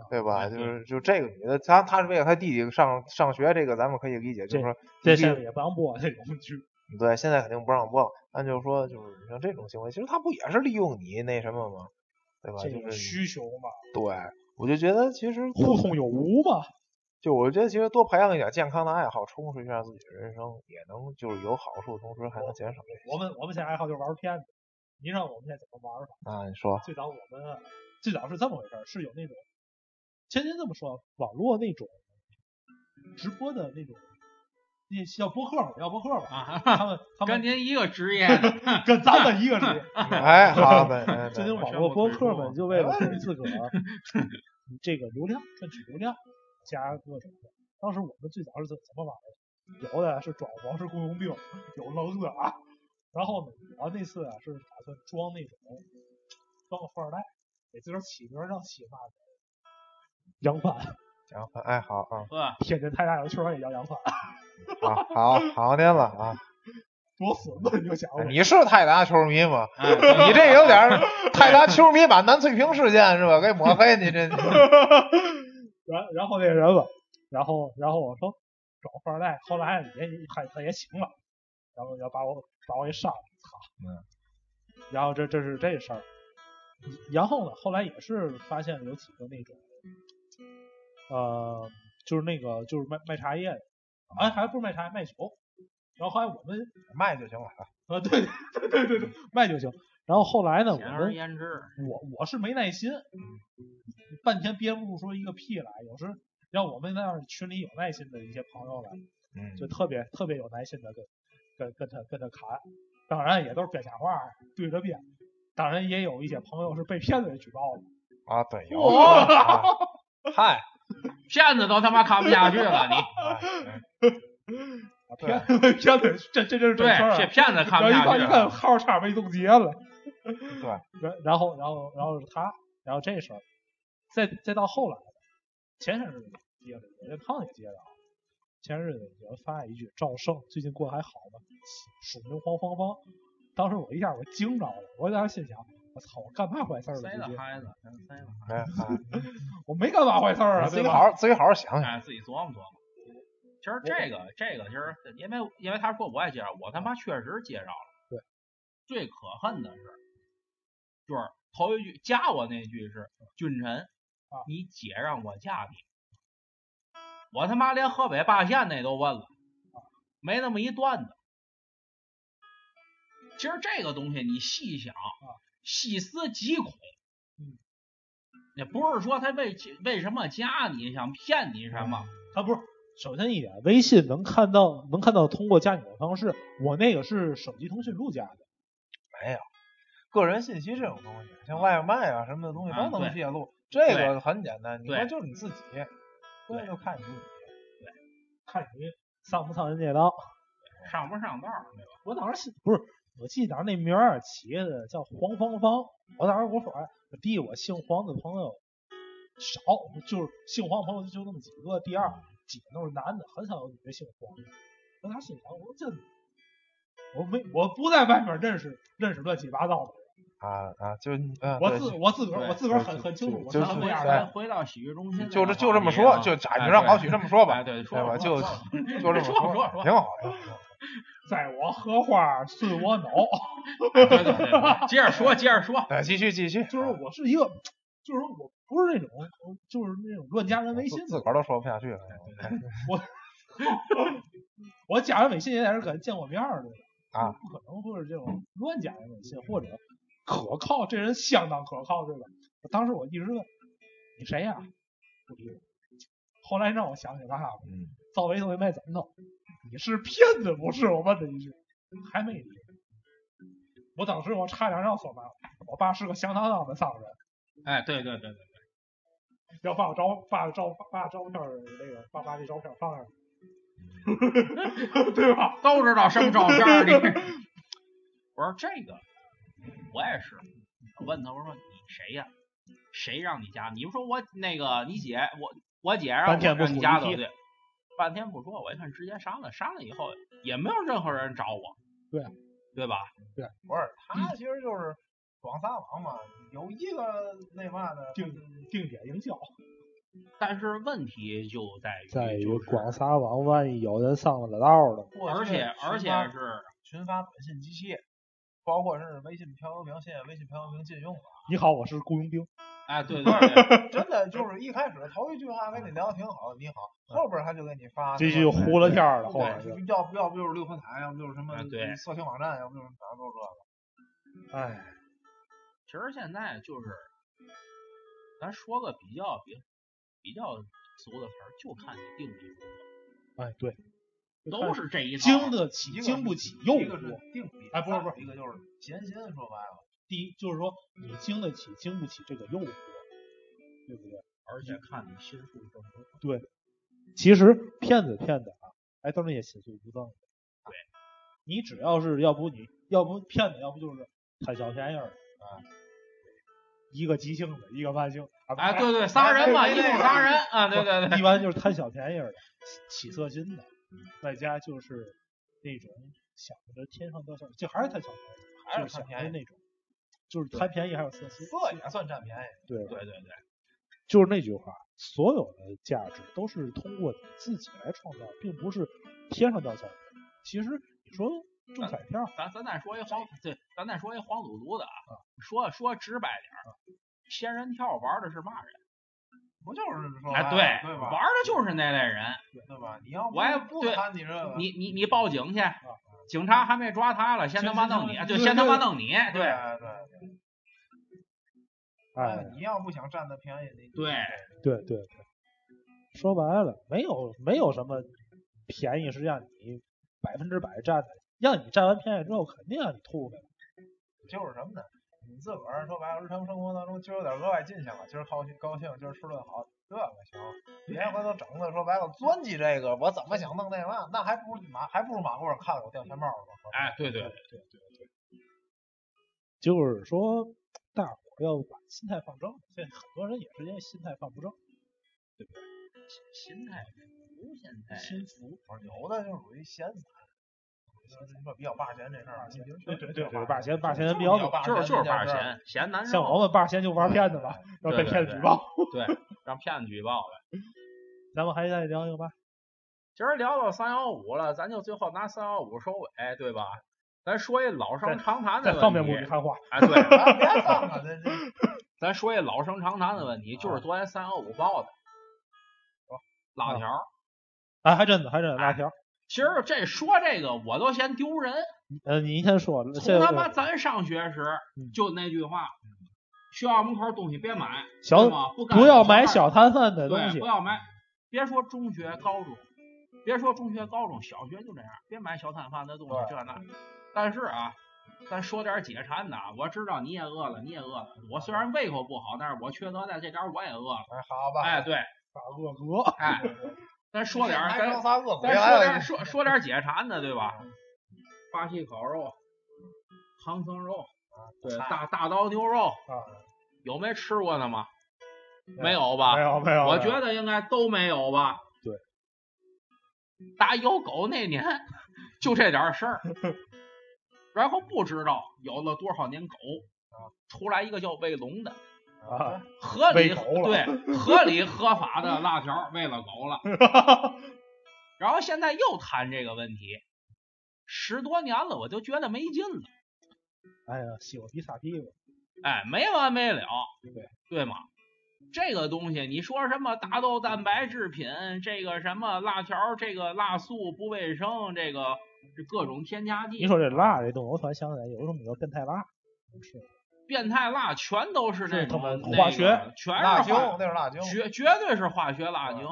[SPEAKER 2] 对吧？
[SPEAKER 3] 哎
[SPEAKER 2] 就
[SPEAKER 3] 对
[SPEAKER 2] 是就这个女的，她她是为了她弟弟上上学，这个咱们可以理解，就是说
[SPEAKER 1] 这
[SPEAKER 2] 一定
[SPEAKER 1] 现在也不让播这种剧。
[SPEAKER 2] 对，现在肯定不让播了。按就是说，就是你像这种行为，其实他不也是利用你那什么吗？对吧？
[SPEAKER 1] 这
[SPEAKER 2] 啊就
[SPEAKER 1] 个
[SPEAKER 2] 是
[SPEAKER 1] 需求嘛，
[SPEAKER 2] 对，我就觉得其实
[SPEAKER 1] 互通有无嘛。
[SPEAKER 2] 就我觉得其实多培养一点健康的爱好，充实一下自己的人生，也能就是有好处，同时还能减少这些。
[SPEAKER 1] 我们我们现在爱好就是玩片子，你让我们现在怎么玩法？
[SPEAKER 2] 那你 说，
[SPEAKER 1] 最早我们啊最早是这么回事儿，是有那种，天天这么说，网络那种直播的那种，那叫播客吧，叫播客吧，
[SPEAKER 3] 啊，
[SPEAKER 1] 他们他
[SPEAKER 3] 跟
[SPEAKER 1] 们
[SPEAKER 3] 您一个职业，
[SPEAKER 1] 跟咱们一个职业，
[SPEAKER 2] 哎，好的，哎
[SPEAKER 1] 这
[SPEAKER 2] 对
[SPEAKER 1] 些
[SPEAKER 2] 对
[SPEAKER 1] 网络播客们就为了哎自己自个儿这个流量赚取流量，加各种的。当时我们最早是怎怎么玩的？有的是装王室雇佣兵，有扔的啊。然后呢，我那次啊是打算装那种装个富二代，给自个儿起名儿让起嘛杨帆，
[SPEAKER 2] 行，哎，好啊，
[SPEAKER 3] 呵，
[SPEAKER 1] 天津泰大有圈儿也叫杨帆，
[SPEAKER 2] 好，好，好您了啊！
[SPEAKER 1] 多损吧！你就想我，
[SPEAKER 2] 你是泰达球迷吗？
[SPEAKER 3] 哎
[SPEAKER 2] 你这有点儿泰达球迷把南翠萍事件是吧给抹黑，你这。
[SPEAKER 1] 然然后那个人吧，然后然后我说找富二代，后来也他他也行了，然后要把我把我给杀了，操！
[SPEAKER 2] 嗯。
[SPEAKER 1] 然后这这是这事儿，然后呢，后来也是发现有几个那种，呃，就是那个就是卖卖茶叶的，哎，还不是卖茶卖酒，然后后来我们
[SPEAKER 2] 卖就行了。
[SPEAKER 1] 啊，对对对对对，卖就行。然后后来呢，我
[SPEAKER 3] 简而
[SPEAKER 1] 们
[SPEAKER 3] 言之，
[SPEAKER 1] 我我是没耐心，半天憋不住说一个屁来。有时让我们那样群里有耐心的一些朋友来，
[SPEAKER 2] 嗯，
[SPEAKER 1] 就特别特别有耐心的跟跟跟他跟他侃，当然也都是编瞎话儿对着编。当然也有一些朋友是被骗子给举报的，
[SPEAKER 2] 啊，对，有。
[SPEAKER 1] 哇
[SPEAKER 2] 啊嗨，
[SPEAKER 3] 骗子都他妈看不下去 了，你
[SPEAKER 2] 哎
[SPEAKER 1] 啊
[SPEAKER 2] 对
[SPEAKER 1] 骗子被骗子这这真是正事儿
[SPEAKER 3] 对，这
[SPEAKER 1] 啊。
[SPEAKER 3] 骗子看
[SPEAKER 1] 然
[SPEAKER 3] 不
[SPEAKER 1] 后一看
[SPEAKER 3] 下去
[SPEAKER 1] 一
[SPEAKER 3] 了。
[SPEAKER 1] 看 号儿差点被冻结 了，
[SPEAKER 2] 对，
[SPEAKER 1] 然然后然后然后是他，然后这事儿，再再到后来，前些日子接的，我这胖也接的啊。前些日子有人发一句赵胜最近过得还好吗？署名黄芳芳。当时我一下我惊着了，我当时心想，我操，我干嘛坏事儿了？
[SPEAKER 3] 塞
[SPEAKER 1] 最
[SPEAKER 3] 了
[SPEAKER 1] 近
[SPEAKER 3] 孩子，真塞了孩
[SPEAKER 2] 哎嗨
[SPEAKER 1] 我没干嘛坏事儿啊，
[SPEAKER 2] 你自
[SPEAKER 1] 对
[SPEAKER 2] 己
[SPEAKER 1] 吧？
[SPEAKER 2] 好好自己好好想
[SPEAKER 1] 嗯
[SPEAKER 3] 子，
[SPEAKER 2] 想。
[SPEAKER 3] 哎，自己琢磨琢磨。其
[SPEAKER 1] 哎
[SPEAKER 3] 实这个这个，其实因为因为他说我也介绍，我他妈确实介绍了。
[SPEAKER 1] 嗯对，
[SPEAKER 3] 最可恨的是，就是头一句加我那句是俊臣
[SPEAKER 1] 嗯啊，
[SPEAKER 3] 你姐让我嫁你，我他妈连河北霸县那都问了，
[SPEAKER 1] 啊
[SPEAKER 3] 没那么一段子。其实这个东西你细想，
[SPEAKER 1] 啊
[SPEAKER 3] 细思极恐。
[SPEAKER 1] 嗯，
[SPEAKER 3] 也不是说他为为什么加你想骗你什么，
[SPEAKER 1] 啊，不是。首先一点，微信能看到能看到通过加你的方式，我那个是手机通讯录加的，
[SPEAKER 2] 个人信息这种东西，像外卖啊什么的东西
[SPEAKER 3] 啊
[SPEAKER 2] 都能
[SPEAKER 3] 对
[SPEAKER 2] 泄露，这个
[SPEAKER 3] 对
[SPEAKER 2] 很简单。你
[SPEAKER 3] 对
[SPEAKER 2] 说就是你自己，对，就看你自己。
[SPEAKER 1] 看你上不上人这当。嗯
[SPEAKER 3] 上不上道儿，对吧？
[SPEAKER 1] 我当时心不是，我记得当时那名儿起的叫黄芳芳。我当时我说，哎，我第一我姓黄的朋友少，就是姓黄朋友就那么几个。第二，几个都是男的，很少有女的姓黄的。我打心想，我说这我没我不在外面认识认识乱七八糟的，
[SPEAKER 2] 啊啊，就嗯，
[SPEAKER 1] 我
[SPEAKER 2] 对
[SPEAKER 1] 自我自个儿
[SPEAKER 3] 对
[SPEAKER 1] 我自个儿很
[SPEAKER 2] 就
[SPEAKER 1] 很清楚，我
[SPEAKER 2] 就
[SPEAKER 1] 当
[SPEAKER 3] 咱
[SPEAKER 1] 时
[SPEAKER 3] 们
[SPEAKER 1] 那样
[SPEAKER 3] 俩
[SPEAKER 2] 对
[SPEAKER 1] 的。
[SPEAKER 3] 咱回到洗浴中心，
[SPEAKER 2] 就这就这么说，就哎你让老许这么说
[SPEAKER 3] 哎
[SPEAKER 2] 吧，
[SPEAKER 3] 对说
[SPEAKER 2] 对吧？
[SPEAKER 3] 说
[SPEAKER 2] 就
[SPEAKER 3] 说
[SPEAKER 2] 就这么
[SPEAKER 3] 说说说
[SPEAKER 2] 挺好的。
[SPEAKER 1] 在我荷花顺我脑，
[SPEAKER 3] 对对对对，接着说接着说，
[SPEAKER 2] 哎，继续继 续，
[SPEAKER 1] 就是我是一个，就是我不是那种就是那种乱加人微信
[SPEAKER 2] 自
[SPEAKER 1] 的
[SPEAKER 2] 自个儿都啊说不哎下去了。
[SPEAKER 1] 我加人微信也得是跟人见过面儿的
[SPEAKER 2] 啊，
[SPEAKER 1] 不可能会是这种乱加人微信或者可靠，这人相当可靠，对吧？我当时我一直问你谁呀、不理我。后来让我想起来了，啊
[SPEAKER 2] 嗯，
[SPEAKER 1] 赵薇同学卖枕头，你是骗子不是？我问了一句，还没理我。我当时我差点要说妈，我爸是个响当当的商人，
[SPEAKER 3] 哎，对对对对，
[SPEAKER 1] 要把我照把我照把我照片儿那个把把这照片儿放上去， 对吧？
[SPEAKER 3] 都知道什么照片儿 你。我说这个，我也是，我问他我说你谁呀、谁让你加？你不说我那个你姐我我姐让
[SPEAKER 1] 半
[SPEAKER 3] 我
[SPEAKER 1] 天不
[SPEAKER 3] 让你
[SPEAKER 1] 出
[SPEAKER 3] 加
[SPEAKER 1] 一
[SPEAKER 3] 的
[SPEAKER 1] 屁
[SPEAKER 3] 对，半天不说，我一看直接删了，删了以后也没有任何人找我，
[SPEAKER 1] 对
[SPEAKER 3] 对吧？
[SPEAKER 2] 不是，他其实就是广撒网嘛，有一个那嘛的，
[SPEAKER 1] 定定点营销，
[SPEAKER 3] 但是问题就在于
[SPEAKER 7] 在于
[SPEAKER 3] 就是
[SPEAKER 7] 广撒网，万一有人上了道了，
[SPEAKER 2] 或者
[SPEAKER 3] 而
[SPEAKER 2] 是
[SPEAKER 3] 且
[SPEAKER 2] 群
[SPEAKER 3] 而且
[SPEAKER 2] 发
[SPEAKER 3] 是
[SPEAKER 2] 群发短信机器，包括是微信漂流瓶，现在微信漂流瓶禁用了。
[SPEAKER 1] 你好，我是雇佣兵。
[SPEAKER 3] 哎对对 对，
[SPEAKER 2] 真的就是一开始头一句话跟你聊得挺好，你好，
[SPEAKER 3] 嗯
[SPEAKER 2] 后边他就给你发
[SPEAKER 1] 继续胡了天儿了，后
[SPEAKER 2] 啊对
[SPEAKER 1] 面就，
[SPEAKER 2] 要不要不就是六合彩，要不就是什么
[SPEAKER 3] 啊对
[SPEAKER 2] 色情网站，要不就是反正都这个。
[SPEAKER 1] 哎，
[SPEAKER 3] 其实现在就是咱说个比较比比较俗的词儿，就看你定不定
[SPEAKER 1] 哎，对，
[SPEAKER 3] 都是这一套。
[SPEAKER 1] 经得起
[SPEAKER 2] 一个
[SPEAKER 1] 经
[SPEAKER 2] 是
[SPEAKER 1] 不起诱
[SPEAKER 2] 一个是
[SPEAKER 1] 惑。
[SPEAKER 2] 定力，
[SPEAKER 1] 哎不是不是
[SPEAKER 2] 再有一个就是闲心，说白了，
[SPEAKER 1] 第一就是说你经得起经不起这个诱惑，对不对？
[SPEAKER 3] 而且看你心术 正不正。
[SPEAKER 1] 其实骗子骗子啊，哎，都是也心术不正的。对，你只要是要不你要不骗子，要不就是贪小便宜儿的啊，一个急性子，一个慢性子啊，
[SPEAKER 3] 哎，对对，仨人嘛，
[SPEAKER 2] 哎
[SPEAKER 3] 一
[SPEAKER 2] 对对
[SPEAKER 3] 共仨人啊，对对对，
[SPEAKER 1] 一般就是贪小便宜儿的，起色心的，
[SPEAKER 2] 嗯
[SPEAKER 1] 外加就是那种想着天上掉馅儿，就还是贪小便宜儿，
[SPEAKER 2] 还
[SPEAKER 1] 就是想
[SPEAKER 2] 贪便
[SPEAKER 1] 着
[SPEAKER 2] 宜，
[SPEAKER 1] 那种，就是贪便宜还有色心，
[SPEAKER 2] 这也算占便宜。
[SPEAKER 1] 对吧
[SPEAKER 3] 对对对，
[SPEAKER 1] 就是那句话，所有的价值都是通过你自己来创造，并不是天上掉馅儿的。其实你说中彩票，
[SPEAKER 3] 咱咱再说一黄，对，咱再说一黄赌毒的啊，说说直白点儿，仙人跳玩的是嘛人？
[SPEAKER 2] 不就是说白
[SPEAKER 3] 哎，
[SPEAKER 2] 了
[SPEAKER 3] 对，
[SPEAKER 2] 对
[SPEAKER 3] 玩
[SPEAKER 2] 吧？
[SPEAKER 3] 的就是那类人。
[SPEAKER 2] 对吧？你要不
[SPEAKER 3] 我也
[SPEAKER 2] 不
[SPEAKER 3] 对
[SPEAKER 2] 贪你这个，
[SPEAKER 3] 你你你报警去，警察还没抓他了，先他妈弄你，就先他妈弄你，
[SPEAKER 2] 对
[SPEAKER 3] 对
[SPEAKER 2] 对
[SPEAKER 1] 哎，
[SPEAKER 2] 你要不想占他便宜，你
[SPEAKER 3] 对
[SPEAKER 1] 对对对，说白了，没有没有什么便宜是让你百分之百占的，让你占完便宜之后，肯定让你吐呗。
[SPEAKER 2] 就是什么呢？你自个儿说白了，日常生活当中今儿有点额外进项了，今儿高兴高兴，今儿吃顿好，这个行。别回头整的说白了，钻进这个，我怎么想弄那嘛，那还不如马还不如马路上看我掉钱包呢。
[SPEAKER 3] 哎，对对，
[SPEAKER 1] 就是说，大伙儿要把心态放正。现在很多人也是因为心态放不正，
[SPEAKER 3] 心态服现在
[SPEAKER 1] 心服。
[SPEAKER 2] 我说有的就属于闲散。就是你说比较霸闲这事儿，其实
[SPEAKER 1] 对对对对，
[SPEAKER 2] 比较
[SPEAKER 1] 霸闲霸闲人
[SPEAKER 2] 比
[SPEAKER 1] 比
[SPEAKER 2] 较
[SPEAKER 1] 较多，
[SPEAKER 3] 就是就是
[SPEAKER 2] 霸
[SPEAKER 3] 怕
[SPEAKER 2] 闲这件事儿。
[SPEAKER 3] 闲闲难
[SPEAKER 1] 像我
[SPEAKER 3] 受，
[SPEAKER 1] 们霸闲就玩骗子嘛，要被
[SPEAKER 3] 啊对
[SPEAKER 1] 骗
[SPEAKER 3] 对
[SPEAKER 1] 子举报。
[SPEAKER 3] 对，让骗子举报呗。
[SPEAKER 1] 咱们还再聊一个吧，
[SPEAKER 3] 今儿聊到三幺五了，咱就最后拿三幺五收尾，对吧？咱说一老生常谈的
[SPEAKER 1] 在上面
[SPEAKER 3] 问
[SPEAKER 1] 不许
[SPEAKER 3] 题，
[SPEAKER 1] 看话。
[SPEAKER 3] 哎，对，
[SPEAKER 2] 咱别放了，这这
[SPEAKER 3] 咱说一老生常谈的问题，就是昨天三幺五报的，辣条儿。
[SPEAKER 1] 哎，还真的还真的辣条。
[SPEAKER 3] 其实这说这个我都嫌丢人，
[SPEAKER 1] 呃，你先说，
[SPEAKER 3] 从
[SPEAKER 1] 现
[SPEAKER 3] 他
[SPEAKER 1] 在
[SPEAKER 3] 妈咱上学时
[SPEAKER 1] 嗯
[SPEAKER 3] 就那句话，学校门口东西别买，
[SPEAKER 1] 小
[SPEAKER 3] 对吗？不干
[SPEAKER 1] 不要
[SPEAKER 3] 小孩
[SPEAKER 1] 买
[SPEAKER 3] 儿
[SPEAKER 1] 小摊贩的东
[SPEAKER 3] 对，
[SPEAKER 1] 西
[SPEAKER 3] 不。要买。别说中学、高中，别说中学、高中，小学就这样，别买小摊贩的东西这那。但是啊，咱说点解馋的啊，我知道你也饿了，你也饿了。我虽然胃口不好，但是我缺德在这点儿我也饿了。
[SPEAKER 2] 哎好
[SPEAKER 1] 啊
[SPEAKER 2] 吧，
[SPEAKER 3] 哎，，对，
[SPEAKER 1] 大恶哥，
[SPEAKER 3] 哎，咱说点儿，
[SPEAKER 2] 还
[SPEAKER 3] 咱
[SPEAKER 2] 能仨恶鬼
[SPEAKER 1] 哎
[SPEAKER 3] 咱
[SPEAKER 2] 来
[SPEAKER 3] 说点
[SPEAKER 2] 了，
[SPEAKER 3] 说说点解馋的，对吧？巴西烤肉、唐僧肉、
[SPEAKER 1] 啊
[SPEAKER 3] 对
[SPEAKER 2] 菜
[SPEAKER 3] 大大刀牛肉，有没吃过的吗？没有吧？
[SPEAKER 1] 没有没有，
[SPEAKER 3] 我
[SPEAKER 1] 没有
[SPEAKER 3] 觉得应该都没有吧。
[SPEAKER 1] 对，
[SPEAKER 3] 打有狗那年就这点 事儿，然后不知道有了多少年狗，出来一个叫卫龙的，
[SPEAKER 1] 啊，
[SPEAKER 3] 合理
[SPEAKER 1] 喂狗了
[SPEAKER 3] 对合理合法的辣条喂了狗了，然后现在又谈这个问题，十多年了，我就觉得没劲了。
[SPEAKER 1] 哎呀，西瓜皮擦屁股，
[SPEAKER 3] 哎，没完没了，
[SPEAKER 1] 对
[SPEAKER 3] 对吗？这个东西，你说什么大豆蛋白制品，这个什么辣条，这个辣素不卫生，这个这各种添加剂，
[SPEAKER 1] 你说这辣这东西，我突然想起来，有什么叫变态辣？是
[SPEAKER 3] 变态辣全都是那
[SPEAKER 1] 是他
[SPEAKER 3] 种
[SPEAKER 1] 们
[SPEAKER 3] 那个
[SPEAKER 1] 化学
[SPEAKER 3] 全
[SPEAKER 2] 辣
[SPEAKER 3] 是
[SPEAKER 2] 精
[SPEAKER 3] 化，
[SPEAKER 2] 那是辣精，
[SPEAKER 3] 绝绝对是化学辣精。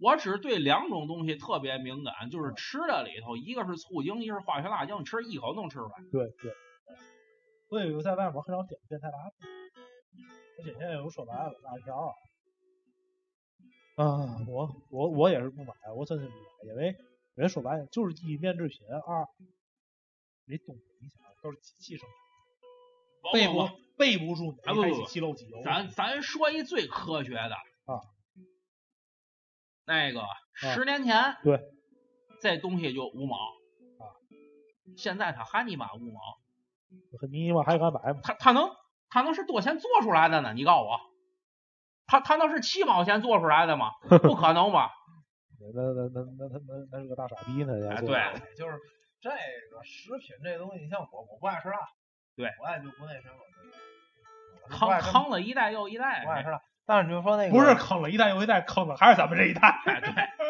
[SPEAKER 3] 我只对两种东西特别敏感，就是吃的里头，一个是醋精，一个是化学辣精，吃一口能吃出来。
[SPEAKER 1] 对对，所以我在外面很少点变态辣的，而且现在我说白了，辣条啊，啊，我我我也是不买，我真是不买，因为因为说白了就是第一面制品，二那东西你想都是机器生
[SPEAKER 3] 包
[SPEAKER 1] 产，背
[SPEAKER 3] 括
[SPEAKER 1] 不背不住
[SPEAKER 3] 啊
[SPEAKER 1] 哪
[SPEAKER 3] 不
[SPEAKER 1] 台
[SPEAKER 3] 不
[SPEAKER 1] 机
[SPEAKER 3] 不
[SPEAKER 1] 器漏机油，
[SPEAKER 3] 咱咱说一最科学的
[SPEAKER 1] 啊，
[SPEAKER 3] 那个十年前
[SPEAKER 1] 对，
[SPEAKER 3] 这东西就五毛
[SPEAKER 1] 啊，
[SPEAKER 3] 现在他还你妈五毛，
[SPEAKER 1] 你妈还敢买吗？
[SPEAKER 3] 他他能他能是多钱做出来的呢？你告诉我，他他能是七毛钱做出来 的吗？不可能吧？
[SPEAKER 1] 那那那那那那那是个大傻逼呢！
[SPEAKER 3] 哎，
[SPEAKER 1] 要做
[SPEAKER 3] 对，
[SPEAKER 2] 就是这个食品这东西，你像我，我不爱吃辣，
[SPEAKER 3] 对，
[SPEAKER 2] 我爱就不那什么，我就不
[SPEAKER 3] 坑
[SPEAKER 2] 爱吃
[SPEAKER 3] 坑了一代又一代
[SPEAKER 2] 不，爱吃辣。但是你就说那个
[SPEAKER 1] 不是坑了一代又一代，坑的还是咱们这一代。
[SPEAKER 3] 哎对，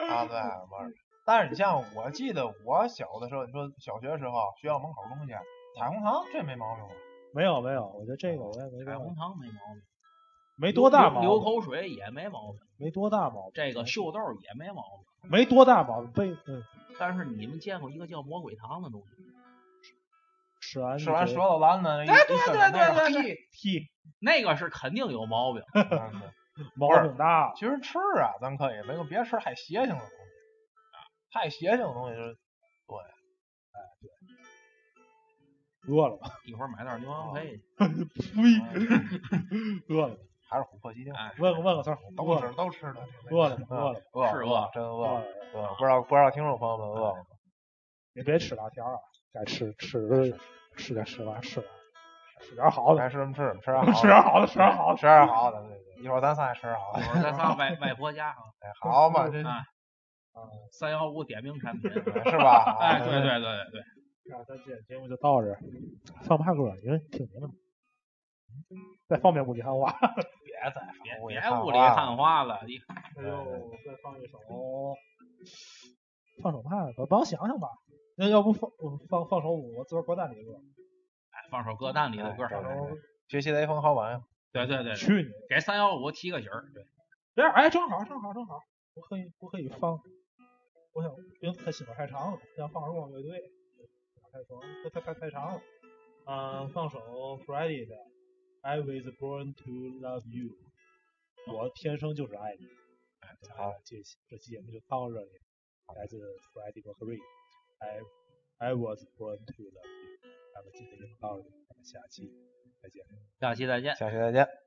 [SPEAKER 2] 啊， 对，不是。但是你像我记得我小的时候，你说小学时候学校门口东西啊彩虹糖，这没毛病吧？
[SPEAKER 1] 没有没有，我觉得这个我也没
[SPEAKER 3] 彩
[SPEAKER 1] 多
[SPEAKER 3] 虹糖没毛病，
[SPEAKER 1] 没多大
[SPEAKER 3] 流流
[SPEAKER 1] 毛病，嗯
[SPEAKER 3] 口水也没毛病，
[SPEAKER 1] 没多大毛病，
[SPEAKER 3] 这个秀豆也没毛病。
[SPEAKER 1] 没多大毛病。被嗯
[SPEAKER 3] 但是你们见过一个叫魔鬼糖的东西吗？
[SPEAKER 1] 吃完
[SPEAKER 2] 吃完舌
[SPEAKER 1] 舌
[SPEAKER 2] 头烂的，一
[SPEAKER 3] 哎
[SPEAKER 2] 一
[SPEAKER 3] 对
[SPEAKER 2] 伸
[SPEAKER 3] 对
[SPEAKER 2] 那儿
[SPEAKER 3] 对对
[SPEAKER 2] 嘿
[SPEAKER 1] 屁
[SPEAKER 3] 那个是肯定有毛病。
[SPEAKER 2] 嗯对
[SPEAKER 1] 毛病大，
[SPEAKER 2] 其实吃啊，咱可以没有别吃太邪性的东西啊，太邪性的东西 就是
[SPEAKER 1] 饿了吧？
[SPEAKER 3] 一会儿买袋牛羊配，
[SPEAKER 1] 呸，饿了吧。
[SPEAKER 2] 还是琥珀鸡丁，
[SPEAKER 3] 哎，
[SPEAKER 1] 问个问个词儿，
[SPEAKER 2] 都
[SPEAKER 1] 饿
[SPEAKER 2] 吃
[SPEAKER 1] 了，
[SPEAKER 2] 都吃的，
[SPEAKER 1] 饿了吗，
[SPEAKER 2] 嗯
[SPEAKER 1] 饿了吗，
[SPEAKER 2] 饿
[SPEAKER 3] 是
[SPEAKER 2] 饿
[SPEAKER 3] 饿，
[SPEAKER 2] 真
[SPEAKER 1] 啊饿
[SPEAKER 2] 饿
[SPEAKER 1] 了。
[SPEAKER 2] 饿，不知道不知道听众朋友们饿
[SPEAKER 1] 哦
[SPEAKER 2] 吗？
[SPEAKER 1] 你别吃辣条啊，该吃吃吃点吃吧，吃吧，吃点好的
[SPEAKER 2] 该，吃什么吃什么，吃点
[SPEAKER 1] 吃点哎好的，吃点好的。
[SPEAKER 2] 吃点好的，对对，一会儿咱仨也吃点好
[SPEAKER 3] 一
[SPEAKER 2] 的，
[SPEAKER 3] 会儿咱上外外婆家啊，
[SPEAKER 2] 哎好嘛，这
[SPEAKER 3] 啊三幺五点名产品。
[SPEAKER 2] 是吧？啊
[SPEAKER 3] 哎，对对对对对，
[SPEAKER 1] 那哎咱这节目就到这儿，放怕歌，因为听你们的。再放遍不里汉话。
[SPEAKER 2] 别再
[SPEAKER 3] 别
[SPEAKER 2] 说
[SPEAKER 3] 别
[SPEAKER 2] 汉
[SPEAKER 3] 雾里
[SPEAKER 2] 话了
[SPEAKER 3] 看花了，你
[SPEAKER 1] 哎呦，再放一首，放首嘛？我帮我想想吧。那要不放我放放首我自个儿歌单里的歌？
[SPEAKER 3] 放首歌单里的歌
[SPEAKER 2] 哎
[SPEAKER 3] 儿。
[SPEAKER 1] 放首
[SPEAKER 2] 学习雷锋好榜样。
[SPEAKER 3] 对对对，对
[SPEAKER 1] 去你！
[SPEAKER 3] 给三幺五提个醒儿。对，
[SPEAKER 1] 这样哎，正好正好正好，我可以我可以放。我想，因为他写的太长了，想放说乐队，太长，太太太长了。嗯，放首 Friday 的《I Was Born to Love You》，我天生就是爱你。哎好，这期这期节目就到这里，来自 Friday Mercury，《I I Was Born to Love You》，咱们今天就到这里，咱们下期再见。
[SPEAKER 3] 下期再见。
[SPEAKER 2] 下期再见。